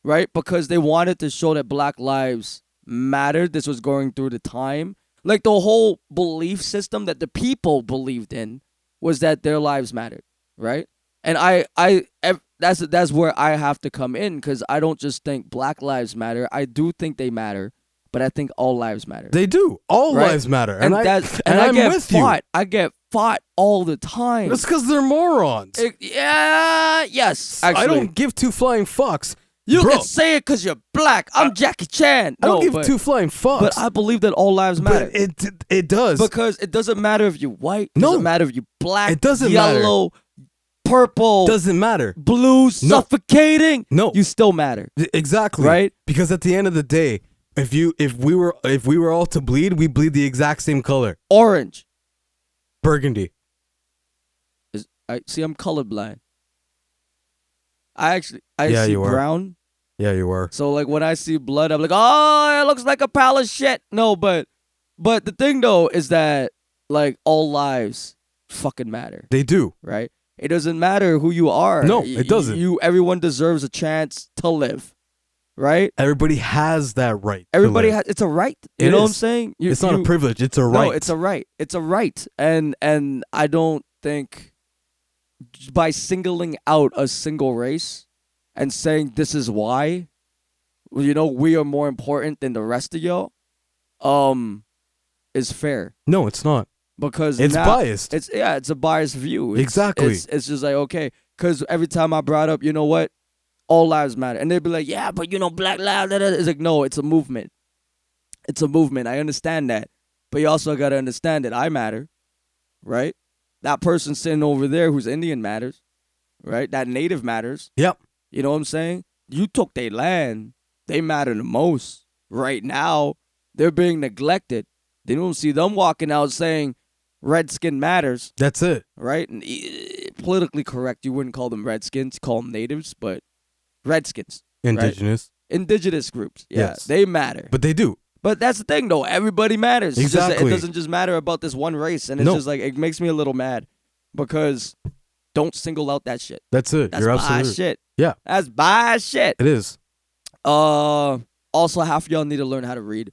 right? Because they wanted to show that black lives mattered. This was going through the time. Like the whole belief system that the people believed in was that their lives mattered, right? And I, I, ev- that's that's where I have to come in because I don't just think black lives matter. I do think they matter, but I think all lives matter. They do. All Right. lives matter, and I that's and, and, I I'm get with fought. I get fought all the time. you. That's because they're morons. It- yeah, yes. Actually, I don't give two flying fucks. You Bro, can say it because you're black. I'm Jackie Chan. I don't No, give but, two flying fucks. But I believe that all lives matter But it it- it does. because it doesn't matter if you're white. No. doesn't matter if you're black. It doesn't matter. yellow, purple, Doesn't matter. blue, suffocating. No. you still matter. E- Exactly. Right? Because at the end of the day, if you if we were if we were all to bleed, we bleed the exact same color. Orange. Burgundy. Is, I see. I'm colorblind. I actually I Yeah, see you are. brown. Yeah, you were. So like when I see blood, I'm like, oh, it looks like a pile of shit. No, but but the thing though is that like all lives fucking matter. They do. right? It doesn't matter who you are. No, Y- it doesn't. You, everyone deserves a chance to live, right? Everybody has that right. to Everybody live. has. It's a right. You It know what I'm is. saying? You- It's not a you- privilege. It's a right. No, it's a right. It's a right, and and I don't think j- by singling out a single race and saying this is why, well, you know, we are more important than the rest of y'all, um, is fair. no. It's not. because It's now- biased. It's yeah, it's a biased view. It's- Exactly. It's, it's just like okay, because every time I brought up, you know what, all lives matter, and they'd be like, yeah, but you know, Black Lives. da, da, da." It's like no, it's a movement. It's a movement. I understand that, but you also got to understand that I matter, right? That person sitting over there who's Indian matters, right? That native matters. Yep. You know what I'm saying? You took their land. They matter the most. Right now, they're being neglected. They don't see them walking out saying redskin matters, That's it. right? And, eh, politically correct, you wouldn't call them redskins, call them natives, but redskins, Indigenous. indigenous groups. Yeah, Yes. they matter. But, But they do. that's the thing though, everybody matters. It's just that Exactly. it doesn't just matter about this one race and it's No. just like it makes me a little mad because don't single out that shit. That's it. That's You're bi absolutely. shit. Yeah. That's bi shit. It is. Uh, also, half of y'all need to learn how to read.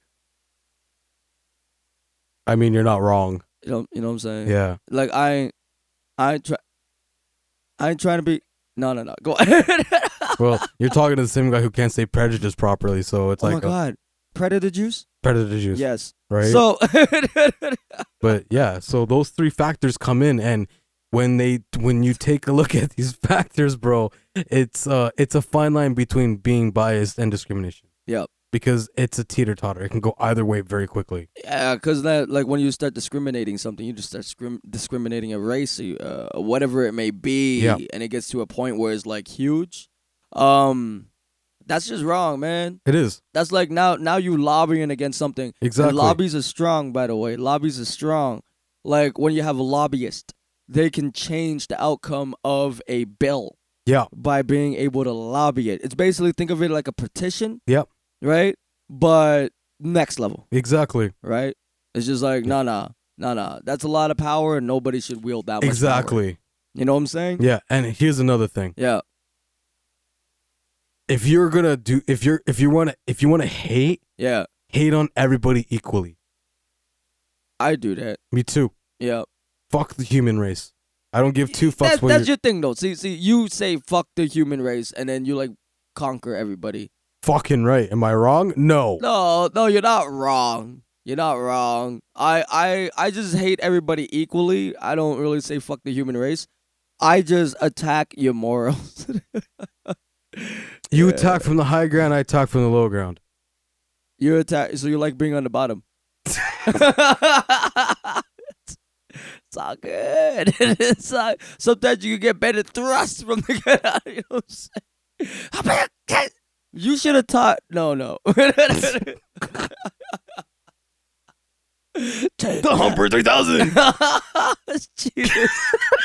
I mean, you're not wrong. You know, you know what I'm saying? Yeah. Like I, ain't- I ain't try, I ain't trying to be. No, no, no. Go. ahead. Oh Well, you're talking to the same guy who can't say prejudice properly, so it's oh my like a god, predator juice. predator juice, Yes. right? So, but yeah, so those three factors come in, and when they when you take a look at these factors, bro, it's uh it's a fine line between being biased and discrimination. Yep. Because it's a teeter totter. It can go either way very quickly. yeah, because that like when you start discriminating something, you just start scrim- discriminating a race, uh, whatever it may be, Yeah. and it gets to a point where it's like huge. Um, that's just wrong, man. It is That's like now now you lobbying against something. And exactly. lobbies are strong, by the way. Lobbies are strong. Like when you have a lobbyist, they can change the outcome of a bill Yeah. by being able to lobby it. It's basically think of it like a petition. Yep. Right? But next level, Exactly. right? It's just like, nah, nah, nah, nah. That's a lot of power and nobody should wield that much. power. Exactly. You know what I'm saying? Yeah. And here's another thing. Yeah. If you're gonna do if you're if you wanna if you wanna hate, Yeah. hate on everybody equally. I do that. Me too. Yeah. Fuck the human race. I don't give two fucks That, what that's you your thing though. See, see, you say fuck the human race and then you like conquer everybody. fucking right. Am I wrong? No. No, no, you're not wrong. You're not wrong. I, I, I just hate everybody equally. I don't really say fuck the human race. I just attack your morals. You Yeah. attack from the high ground, I attack from the low ground. you attack, so you like being on the bottom. it's all good. it's all, sometimes you can get better thrusts from the get out. You know what I'm saying? You should have taught. No, no. Take The Humper 3000. Jesus.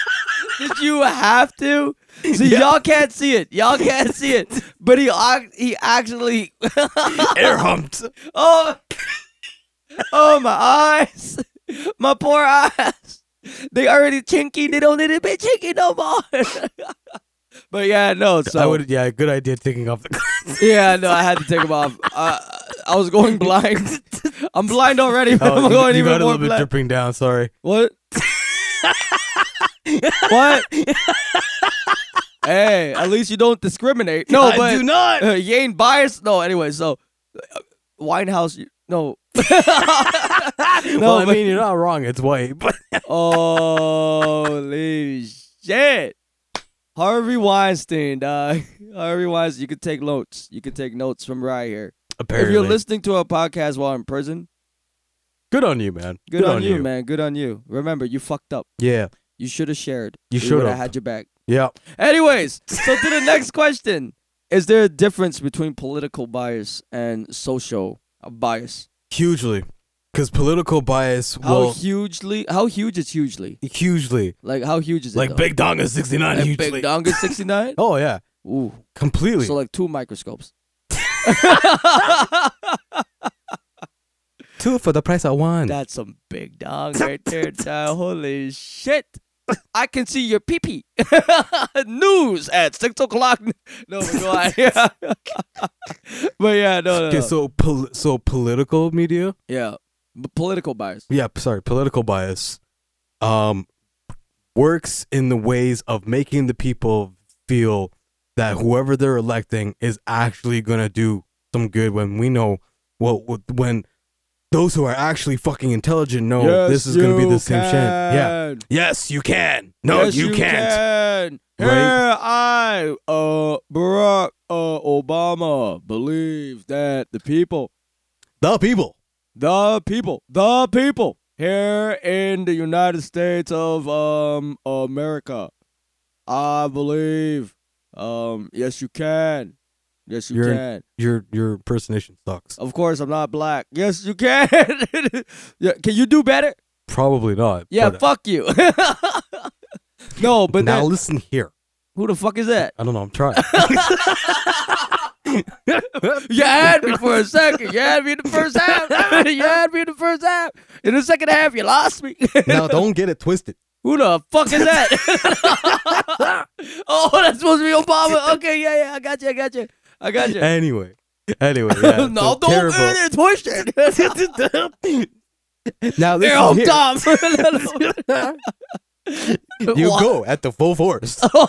Did you have to? See, Yeah. y'all can't see it. Y'all can't see it. But he ac- he actually. Air humped. oh, oh my eyes, my poor eyes. They already chinky. They don't need to be chinky no more. but yeah, no. So I would yeah, good idea taking off the yeah, no. I had to take them off. Uh, I was going blind. I'm blind already. But Oh, I'm you, going you even got a more little bit blind. dripping down, sorry. What? what? hey, at least you don't discriminate. No, but I do not. uh, you ain't biased. No, anyway, so uh, Winehouse, you, no. no, well, I but- mean, you're not wrong. It's white, but holy shit. Harvey Weinstein, dog. Harvey Weinstein, you could take notes. You could take notes from right here. apparently, If you're listening to our podcast while in prison, good on you, man. good, on, you, man. Good on you. Remember, you fucked up. Yeah, You should have shared. You We should would've have. had your back. yeah. Anyways, so to the next question. Is there a difference between political bias and social bias? Hugely, because political bias How will hugely how huge is hugely? hugely Like how huge is it? like though? Big Dong is 69 Like hugely. big dong is sixty nine? Oh yeah, Ooh. completely. So like two microscopes. Two for the price of one. That's some big dong right there, child. Holy shit. I can see your pee pee. News at six o'clock. No, but go on. Yeah. but yeah, no, no. okay, no. so pol- so political media. yeah. B- political bias. yeah, p- sorry, political bias, um, works in the ways of making the people feel that whoever they're electing is actually gonna do some good when we know what what- when those who are actually fucking intelligent know Oh, this is gonna be the same shit. Yeah. Yes, you can. No, yes, you, can't. Can. Right? Here I, uh, Barack uh, Obama, believe that the people, The people. the people, the people here in the United States of um America, I believe. Um, yes, you can. Yes, you You're- can. Your your impersonation sucks. Of course, I'm not black. Yes, you can. yeah, can you do better? Probably not. Yeah, but- fuck you. no, but now that, listen here. who the fuck is that? I don't know. I'm trying. You had me for a second. You had me in the first half. You had me in the first half. In the second half, you lost me. now don't get it twisted. Who the fuck is that? oh, that's supposed to be Obama. Okay, yeah, yeah. I got you. I got you. I got you. Anyway, anyway. Yeah, no, so don't terrible. get it twisted. Now They're listen all here. dumb. You Why- go at the full force. Ob- for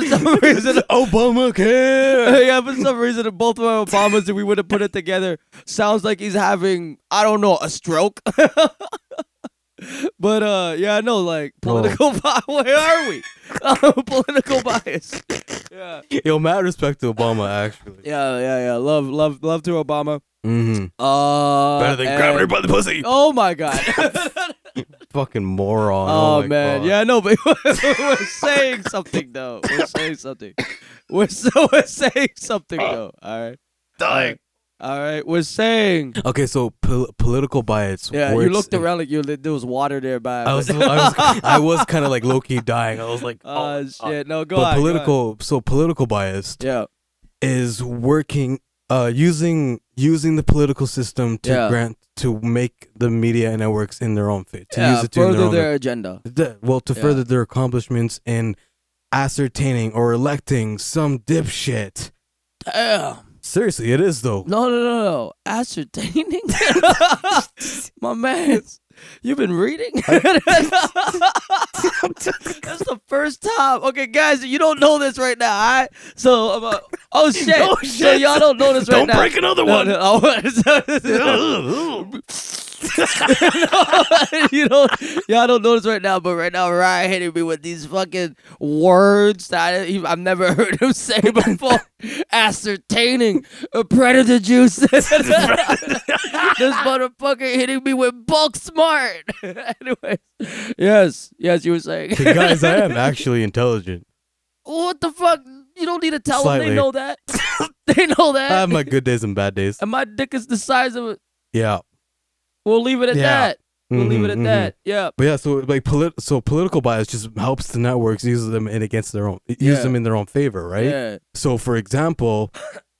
some reason, Obamacare. yeah, for some reason, if both of our Obamas, if we would have put it together, sounds like he's having, I don't know, a stroke. but uh, yeah, no, like Bro. political bias. Where are we? Uh, political bias. Yeah, yeah, Yo, mad respect to Obama, actually. yeah, yeah. Love, love, love to Obama. Mm-hmm. Uh, Better than and- grabbing her by the pussy. Oh my god. Fucking moron. Oh, my man, God. yeah, no, but we're saying something though. We're saying something. We're so we're saying something though. All right, Dying. all right. We're saying Okay, so pol- political bias. Yeah, you works looked in- around like you there was water there by. I was, I was, I was kind of like low key dying. I was like, Oh oh, shit! No, go but on. go on. political. So political bias Yeah. is working, uh, using using the political system to Yeah. grant to make the media networks in their own fit to yeah. use it to in further their own. their agenda. the- well, to Yeah. further their accomplishments in ascertaining or electing some dipshit. Damn. Seriously, it is though. No, no, no, no. Ascertaining. My man, you've been reading. That's the first time. Okay, guys, you don't know this right now. All right. So, I'm a- oh shit. No So shit. y'all don't know this right Don't now. break another No, one. no, oh, you don't, y'all don't know this right now, but right now Ryan hitting me with these fucking words that I, he- I've never heard him say before. Ascertaining a predator juice. this motherfucker hitting me with bulk smart. Anyways, yes, yes, you were saying. Okay, guys, I am actually intelligent. what the fuck? You don't need to tell them. Slightly. They know that. they know that. I have my good days and bad days. and my dick is the size of. a Yeah. We'll leave it at Yeah. that. We'll leave Mhm, it at mhm. that. Yeah. But yeah, so like polit- so political bias just helps the networks use them in against their own use Yeah. them in their own favor, right? Yeah. So for example,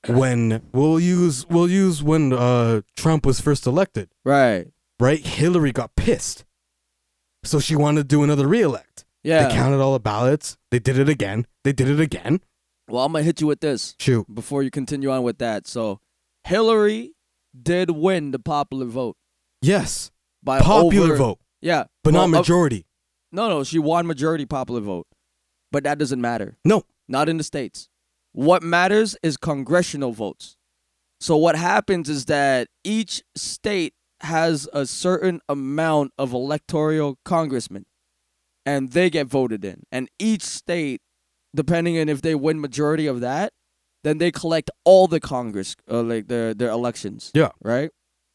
when we'll use we'll use when uh Trump was first elected, Right. right? Hillary got pissed. So she wanted to do another reelect. Yeah. They counted all the ballots. They did it again. They did it again. Well, I'm gonna hit you with this Shoot. before you continue on with that. So, Hillary did win the popular vote Yes. by Popular Uh, over- vote, Yeah, but Well, not uh, majority. no, no, she won majority popular vote, but that doesn't matter. No. Not in the states. What matters is congressional votes. So what happens is that each state has a certain amount of electoral congressmen and they get voted in. And each state, depending on if they win majority of that, then they collect all the congress uh, like their their elections. Yeah. Right?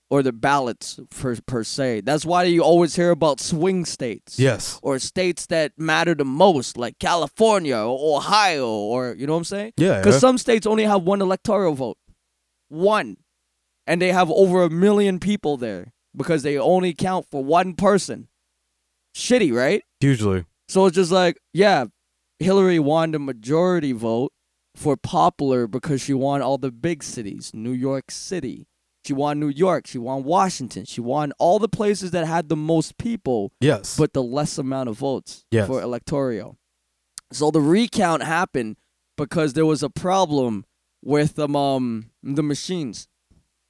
Or the ballots per, per se. That's why you always hear about swing states Yes. or states that matter the most, like California or Ohio, or you know what I'm saying? Yeah. Because yeah. some states only have one electoral vote, one, and they have over a million people there because they only count for one person. Shitty, right? Usually. So it's just like, yeah, Hillary won the majority vote for popular because she won all the big cities, New York City. She won New York. She won Washington. She won all the places that had the most people Yes. but the less amount of votes Yes. for electoral. So the recount happened because there was a problem with um, um the machines.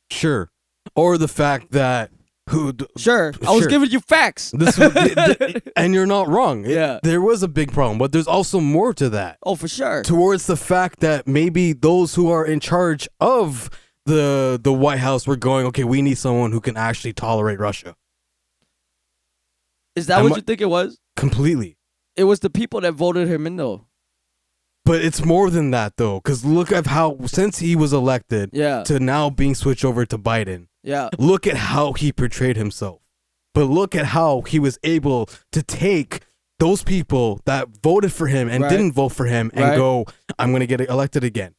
sure. Or the fact that who d- Sure, I was Sure. giving you facts. This was, th- th- and you're not wrong. It- Yeah. there was a big problem, but there's also more to that. Oh, for sure. Towards the fact that maybe those who are in charge of the the White House were going, okay, we need someone who can actually tolerate Russia Is that I'm what a- you think it was? completely. It was the people that voted him in, though. But it's more than that though, because look at how since he was elected Yeah. to now being switched over to Biden, Yeah. look at how he portrayed himself. But look at how he was able to take those people that voted for him and Right. didn't vote for him and Right. go, I'm gonna get elected again.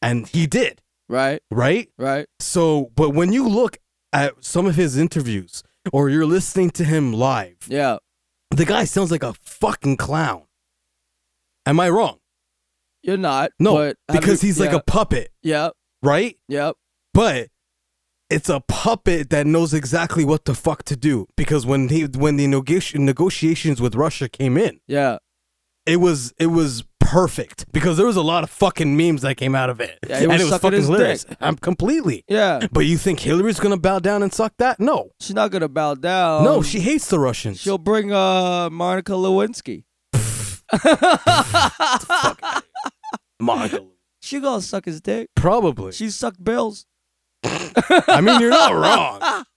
And he did, Right. right? Right. So, but when you look at some of his interviews or you're listening to him live, Yeah. the guy sounds like a fucking clown. Am I wrong? You're not. No, but have because you- he's like yeah, a puppet, Yeah. right? Yep. But it's a puppet that knows exactly what the fuck to do. Because when he when the negoti- negotiations with Russia came in, Yeah. it was it was perfect because there was a lot of fucking memes that came out of it, Yeah, he was and it was sucking fucking his dick. hilarious. I'm completely. Yeah. But you think Hillary's gonna bow down and suck that? No, She's not gonna bow down. no, she hates the Russians. She'll bring uh Monica Lewinsky. Monica. She gonna suck his dick. Probably. She sucked Bill's. I mean, you're not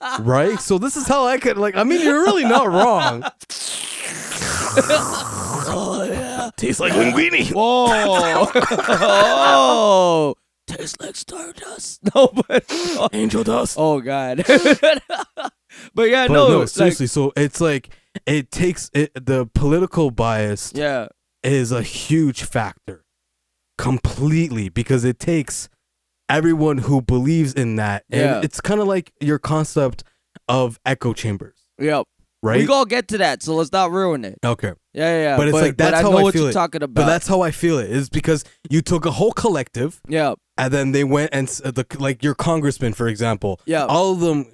wrong, right? So this is how I could like. I mean, you're really not wrong. Oh, Tastes like linguine. Whoa! oh, tastes like stardust. No, but Angel dust. oh god. but yeah, But no, no, like- seriously. so it's like it takes it, the political bias yeah, is a huge factor, completely because it takes everyone who believes in that. And Yeah. it's kind of like your concept of echo chambers, yep. right? We gonna get to that, so let's not ruin it. okay. Yeah, yeah. yeah. But it's like, that's I how know I what feel you're it. talking about. But that's how I feel it is because you took a whole collective yeah, and then they went and s- uh, the like your congressman, for example. Yeah. All of them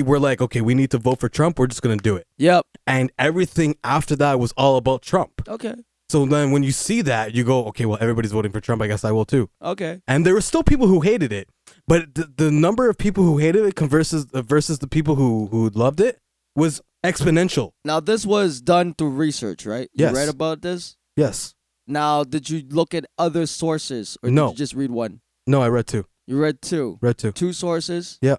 uh, were like, okay, we need to vote for Trump. We're just gonna do it. yep. And everything after that was all about Trump. Okay, So then when you see that, you go, okay, well everybody's voting for Trump. I guess I will too. okay. And there were still people who hated it, but the, the number of people who hated it con- versus uh, versus the people who who loved it was exponential. Now this was done through research, right? Yes. You read about this. Yes. Now, did you look at other sources, or No. did you just read one? No, I read two. You read two, Read two. two sources. Yeah.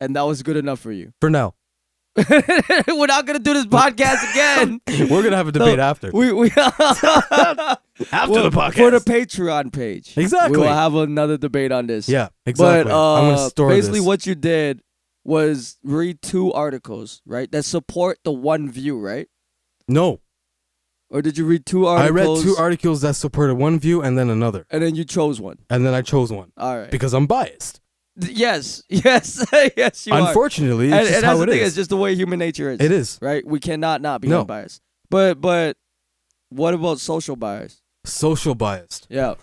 and that was good enough for you. For now, We're not gonna do this podcast again. we're gonna have a debate after. We we after Well, for the Patreon page. Exactly. We'll have another debate on this. yeah, exactly. But uh, I'm gonna store basically, this. what you did was read two articles, right? That support the one view, right? No, Or did you read two I articles? read two articles that supported one view and then another, and then you chose one. and then I chose one All right. because I'm biased. Th- yes, yes, yes. You are. Unfortunately, And, it's just and that's how the it thing. It's is. just the way human nature is. It is right. We cannot not be No. unbiased. But but what about social bias? social biased. Yeah.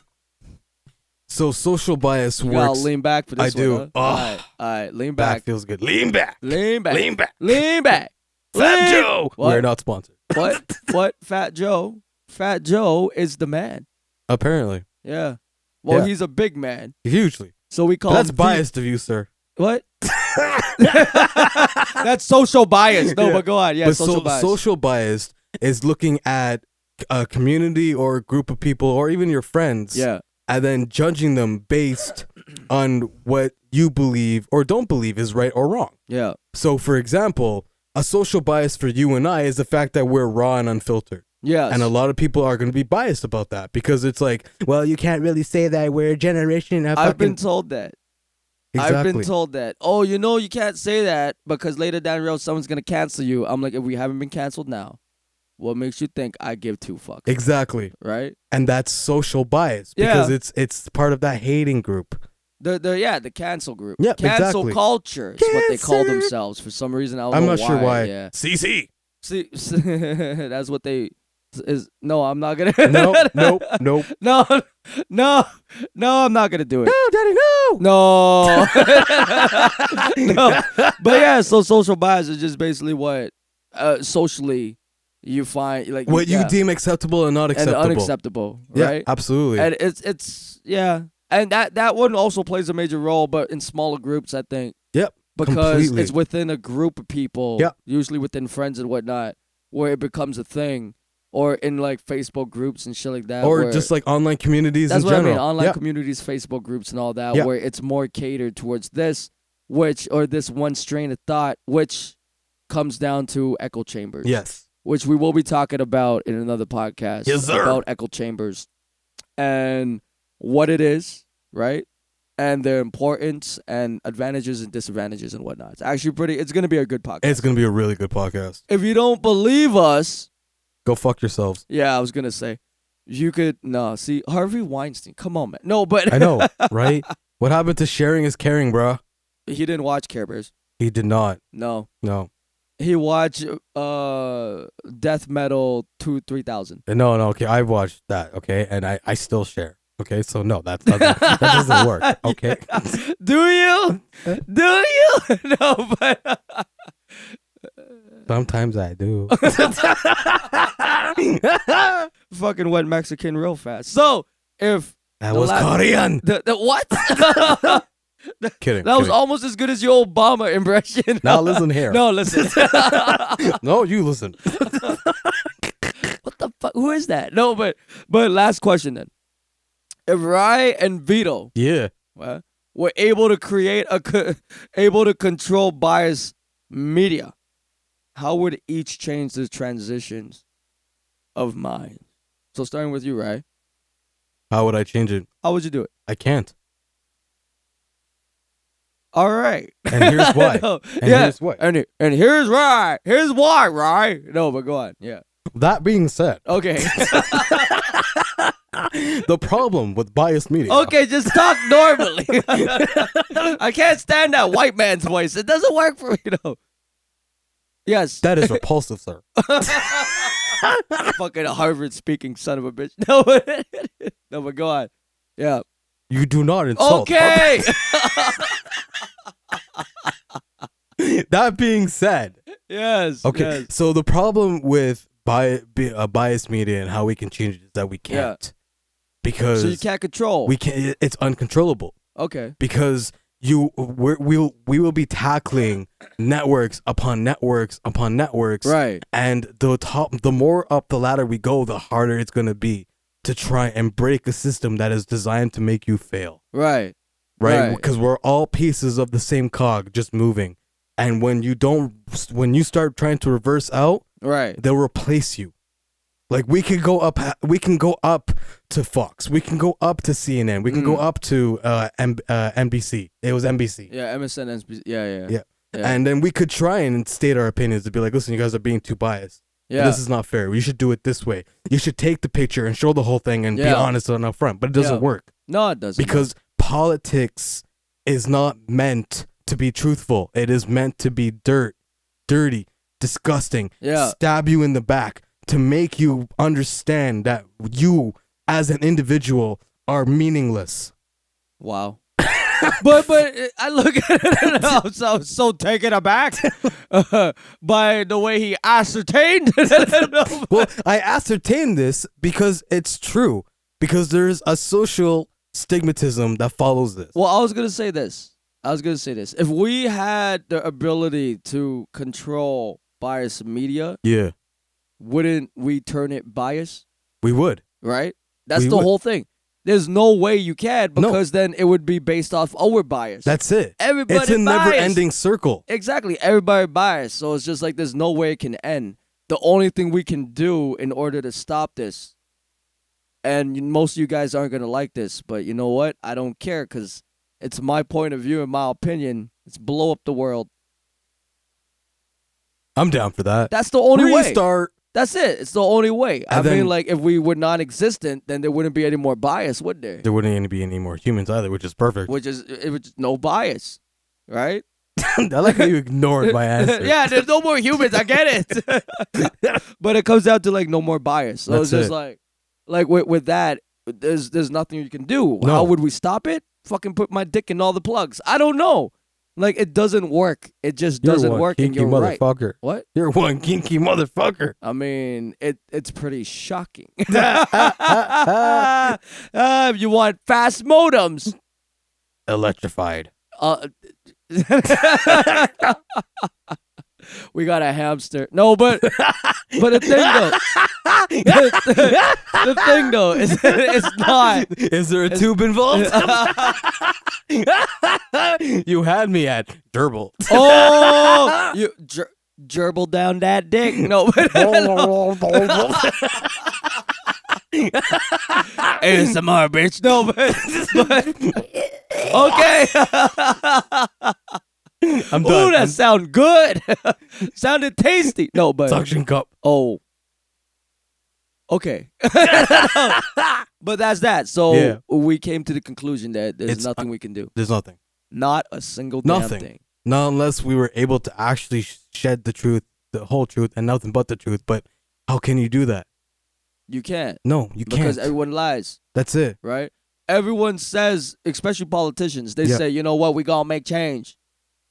So social bias You gotta works. lean back for I this do. one. Oh. Huh? All right, all right, lean back back. feels good. Lean back. Lean back. Lean back. Lean back. Fat Lean- Joe. What? We're not sponsored. What? What? Fat Joe? Fat Joe is the man. Apparently, Yeah. Well, Yeah. he's a big man, hugely. so we call That's him the- biased of you, sir. What? That's social bias. No, Yeah. but go on. Yeah, but social so- bias. social biased is looking at a community or a group of people or even your friends. yeah. and then judging them based on what you believe or don't believe is right or wrong. Yeah. So, for example, a social bias for you and I is the fact that we're raw and unfiltered. Yes. And a lot of people are going to be biased about that because it's like, well, you can't really say that we're a generation of I've been fucking- told that. exactly. I've been told that. Oh, you know you can't say that because later down the road someone's gonna cancel you. I'm like, if we haven't been canceled now, what makes you think I give two fucks? Exactly. right? And that's social bias Yeah. because it's it's part of that hating group. The the yeah the cancel group. Yep, cancel exactly. culture is what they call Cancel. themselves for some reason. I don't I'm know not sure why. Yeah. CC. See, that's what they is. No, I'm not gonna. Nope, nope, nope. No, no, no, I'm not gonna do it. Oh, No, daddy, no. No. no. But yeah, so social bias is just basically what uh, socially you find like What you yeah, deem acceptable and not acceptable. and unacceptable, Yeah, right? absolutely. And it's it's yeah, and that that one also plays a major role, but in smaller groups, I think. Yep, Because completely. it's within a group of people, Yep. usually within friends and whatnot, where it becomes a thing, or in like Facebook groups and shit like that. or where- just like online communities that's in what general. I mean. Online yeah. communities, Facebook groups, and all that, Yeah. where it's more catered towards this, which or this one strain of thought, which comes down to echo chambers. yes. Which we will be talking about in another podcast Yes, sir. about echo chambers and what it is, right? And their importance and advantages and disadvantages and whatnot. It's actually pretty. It's gonna be a good podcast. It's gonna be a really good podcast. if you don't believe us, Go fuck yourselves. yeah, I was gonna say, you could no see Harvey Weinstein. Come on, man. No, but I know, right? What happened to sharing is caring, bruh? he didn't watch Care Bears. He did not. No, No. he watched uh death metal two three thousand. Uh, No, no, okay. I've watched that, okay, and I, I still share. Okay, so no, that doesn't that doesn't work. Okay. Do you? Do you? no, but uh, Sometimes I do. fucking went Mexican real fast. So if That The was last- Korean. the, the what? that Kidding. was kidding. almost as good as your Obama impression. Now listen here. No, listen. no, you listen. what the fuck? Who is that? No, but but last question then. If Rai and Vito Yeah. well, were able to create a co- able to control bias media. How would each change the transitions of mine? So starting with you, right? How would I change it? How would you do it? I can't. All right. And here's why. No, And yeah. here's why. And, and here's why. Here's why, right? No, but go on. Yeah. That being said, Okay. the problem with biased media. okay, just talk normally. I can't stand that white man's voice. It doesn't work for me, though. Yes. That is repulsive, sir. fucking Harvard speaking son of a bitch. No, but, no, but go on. Yeah. You do not insult. Okay. That being said, yes. okay. yes. So the problem with bi- bi- uh, biased media and how we can change it is that we Yeah. can't because So you can't control. we can. not It's uncontrollable okay. because you we're, we'll we will be tackling networks upon networks upon networks. Right. And the top, the more up the ladder we go, the harder it's gonna be to try and break a system that is designed to make you fail. Right. right? Right. Because we're all pieces of the same cog, just moving. And when you don't, when you start trying to reverse out, Right. they'll replace you. Like we can go up, we can go up to Fox, we can go up to CNN, we can go Mm. up to uh, M- uh, NBC. It was NBC, Yeah. MSN. SB, yeah. Yeah. Yeah. yeah. and then we could try and state our opinions to be like, listen, you guys are being too biased. Yeah. This is not fair. We should do it this way. You should take the picture and show the whole thing and be Yeah. honest and upfront. But it doesn't Yeah. work no, it doesn't. because politics is not meant to be truthful. It is meant to be dirt, dirty, disgusting, Yeah. stab you in the back to make you understand that you as an individual are meaningless. Wow. but but uh, I look at it and I was, I was so taken aback uh, by the way he ascertained. it. Well, I ascertained this because it's true because there's a social stigmatism that follows this. Well, I was gonna say this. I was gonna say this. If we had the ability to control biased media, Yeah, wouldn't we turn it biased? we would. Right? That's We the would. whole thing. There's no way you can No. because then it would be based off our bias. That's it. Everybody it's a biased. never-ending circle. Exactly. Everybody biased. So it's just like there's no way it can end. The only thing we can do in order to stop this, and you- most of you guys aren't going to like this, but you know what? I don't care because it's my point of view and my opinion. It's blow up the world. I'm down for that. That's the only way. Restart. That's it. It's the only way. I And mean, then- like, if we were non existent, then there wouldn't be any more bias, would there? there wouldn't be any more humans either, which is perfect. Which is, it was just no bias, right? I like how you ignored my answer. yeah, there's no more humans. I get it. but it comes down to like no more bias. So it's That's just it. like, like with, with that, there's there's nothing you can do. No. How would we stop it? Fucking put my dick in all the plugs. I don't know. Like it doesn't work. It just You're doesn't one work. And kinky you're right. motherfucker. What? You're one kinky motherfucker. I mean, it it's pretty shocking. uh, if you want fast modems, Electrified. uh, we got a hamster. No, but but the thing though, the, the thing though is it's not. Is there a tube involved? you had me at gerbil. Oh, you ger- gerbil down that dick. No, but ASMR, bitch. No, but, but okay. I'm done. Ooh, that sound good. Sounded tasty. No, but suction cup. oh, okay. but that's that. So Yeah. we came to the conclusion that there's It's- nothing we can do. There's nothing. Not a single Nothing. damn thing. Not unless we were able to actually sh- shed the truth, the whole truth, and nothing but the truth. But how can you do that? You can't No, you because can't. everyone lies. That's it. right? Everyone says, especially politicians, they Yeah. say, you know what, we gonna make change.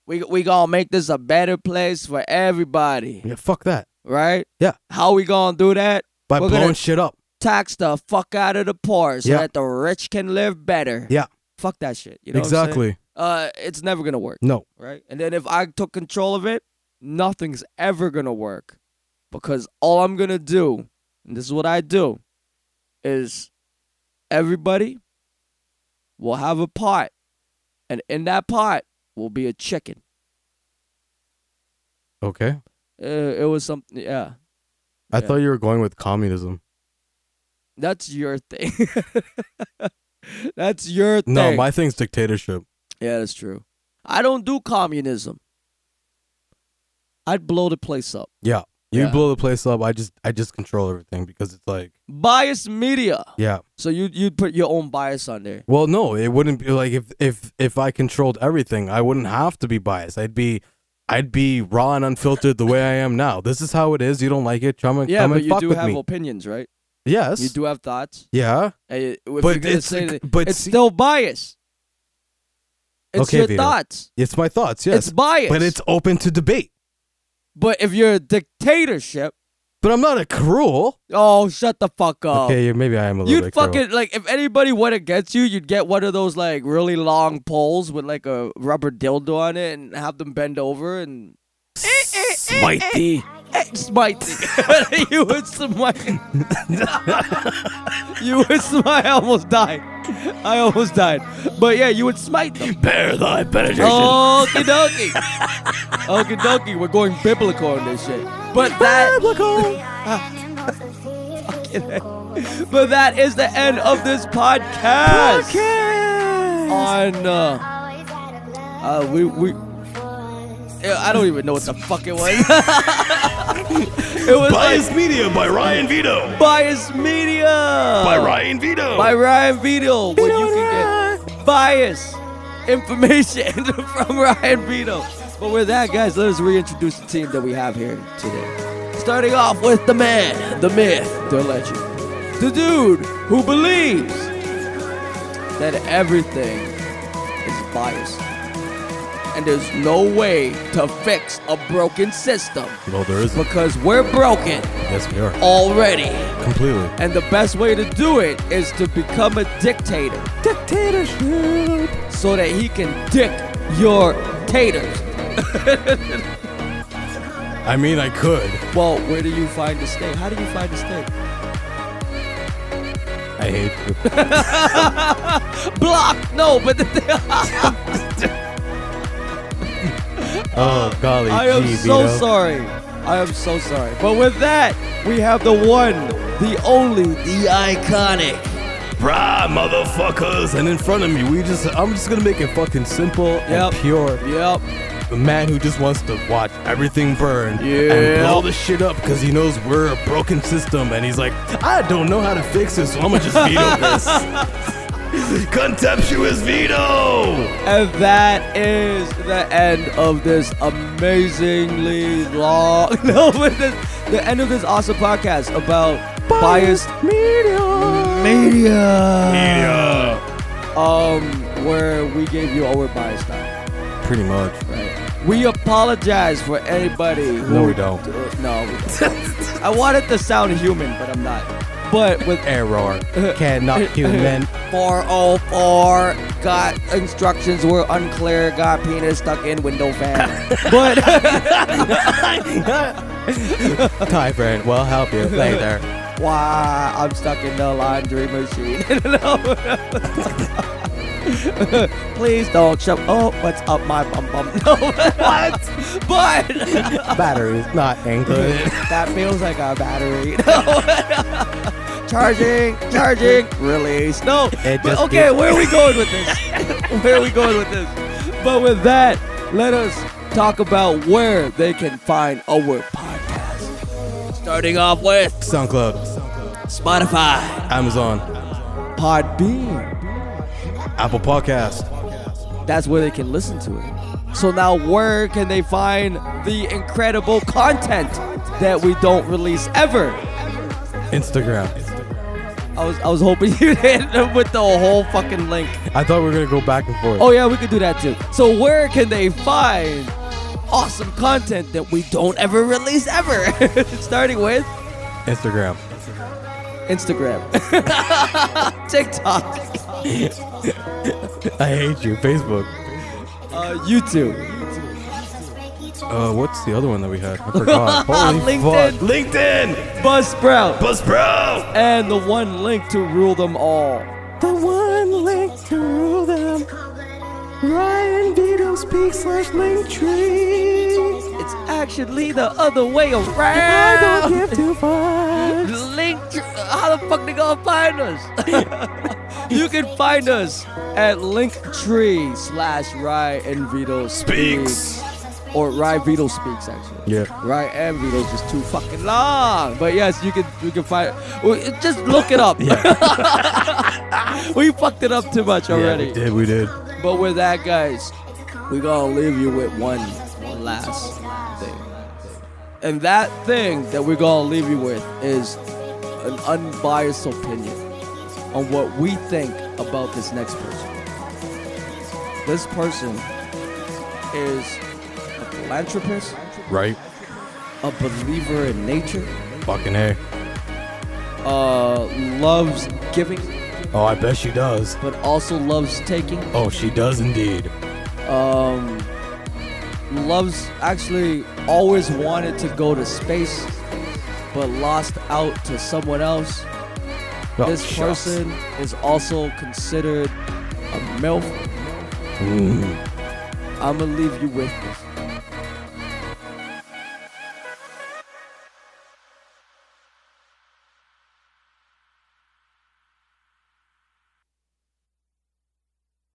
We we gonna make this a better place for everybody, Yeah, fuck that. right? Yeah. How we gonna do that? By We're blowing gonna- shit up. Tax the fuck out of the poor so Yeah. that the rich can live better. Yeah. Fuck that shit. You know what I'm saying? exactly. Uh, it's never gonna work, No. right? And then if I took control of it, nothing's ever gonna work, because all I'm gonna do, and this is what I do, is everybody will have a pot, and in that pot will be a chicken. Okay. Uh, it was something, yeah. I Yeah. thought you were going with communism. That's your thing. that's your thing. No, my thing's dictatorship. yeah, that's true. I don't do communism. I'd blow the place up. Yeah. You Yeah. blow the place up. I just I just control everything because it's like Bias media. yeah. So you you put your own bias on there. Well, no, it wouldn't be like if if if I controlled everything, I wouldn't have to be biased. I'd be I'd be raw and unfiltered the way I am now. This is how it is. You don't like it, come and Yeah, come but and you fuck do with have me. opinions, right? yes. You do have thoughts. Yeah. Hey, if you're But gonna it's say that- but it's see- still bias. It's Okay, your Vito. thoughts. It's my thoughts. Yes. It's bias. but it's open to debate. but if you're a dictatorship, But I'm not a cruel. oh shut the fuck up. okay, yeah, maybe I am a little You'd bit cruel. fucking like if anybody went against you, you'd get one of those like really long poles with like a rubber dildo on it and have them bend over and Smitey. Eh, smite. you would smite. you would smite. I almost died. I almost died. But yeah, you would smite them. Bear thy penetration. Oh. Okie dokie. Okie dokie. We're going biblical on this shit. But that. But that is the end of this podcast. On uh, uh we we. Yeah, I don't even know what the fuck it was. it was Bias like Media by Ryan Vito. bias media. By Ryan Vito. Oh. by Ryan Vito, where you can get bias information from Ryan Vito. But with that, guys, let us reintroduce the team that we have here today. Starting off with the man, the myth, the legend, the dude who believes that everything is biased. And there's no way to fix a broken system well, there is. because we're broken Yes, we are already. completely. And the best way to do it is to become a dictator Dictatorship. so that he can dick your taters. I mean, I could. Well, where do you find the steak? How do you find the steak? I hate you. Block! No, but the Oh golly, I am gee, so Vito. sorry. I am so sorry. But with that, we have the one, the only, the iconic. Rah, motherfuckers. And in front of me, we just I'm just gonna make it fucking simple Yep. and pure. Yep. The man who just wants to watch everything burn Yeah. and blow the shit up because he knows we're a broken system and he's like, I don't know how to fix it, so I'm gonna just veto this. Contemptuous Vito. And that is the end of this amazingly long. No, but this, the end of this awesome podcast about biased media. Media. Media. Um, where we gave you our bias time. Pretty much. Right. We apologize for anybody. Who, No, we don't. Uh, no, we don't. I wanted to sound human, but I'm not. But with Error. Cannot human. 404 got instructions were unclear got penis stuck in window fan but Ty friend, we'll help you later. Why I'm stuck in the laundry machine. No. Please don't show. Oh, what's up my bum bum? No, what? But Batteries, not angry. that feels like a battery. No. charging, charging, release. No. It but just okay, keeps- where are we going with this? where are we going with this? But with that, let us talk about where they can find our podcast. Starting off with SoundCloud, Spotify, Amazon, Podbean. Apple Podcast. That's where they can listen to it. So now, where can they find the incredible content that we don't release ever? Instagram. I was I was hoping you'd hit them with the whole fucking link. I thought we were gonna go back and forth. Oh yeah, we could do that too. So where can they find awesome content that we don't ever release ever? Starting with Oh. Instagram, Instagram, TikTok, I hate you. Facebook. uh, YouTube, Uh, what's the other one that we had? I forgot. Holy LinkedIn. fuck. LinkedIn, Buzzsprout, Buzz Bro. and the one link to rule them all. The one link to rule them. Ryan Vito speaks slash link tree. It's actually the other way I around. don't give two fucks. Link, how the fuck they gonna find us? you can find us at Linktree slash Rye and Vito Speaks. or Rye Vito speaks actually. Yeah. Rye and Vito's just too fucking long. But yes, you can you can find. well, Just look it up. we fucked it up too much already. Yeah, we did. We did. But with that, guys, we gonna leave you with one, one last thing. And that thing that we're gonna leave you with is an unbiased opinion on what we think about this next person. This person is a philanthropist, Right. a believer in nature, Fucking hey. uh, loves giving, Oh, I bet she does. but also loves taking. Oh, she does indeed. um, loves actually always wanted to go to space but lost out to someone else Oh, this shucks. person is also considered a milf Mm. i'm gonna leave you with this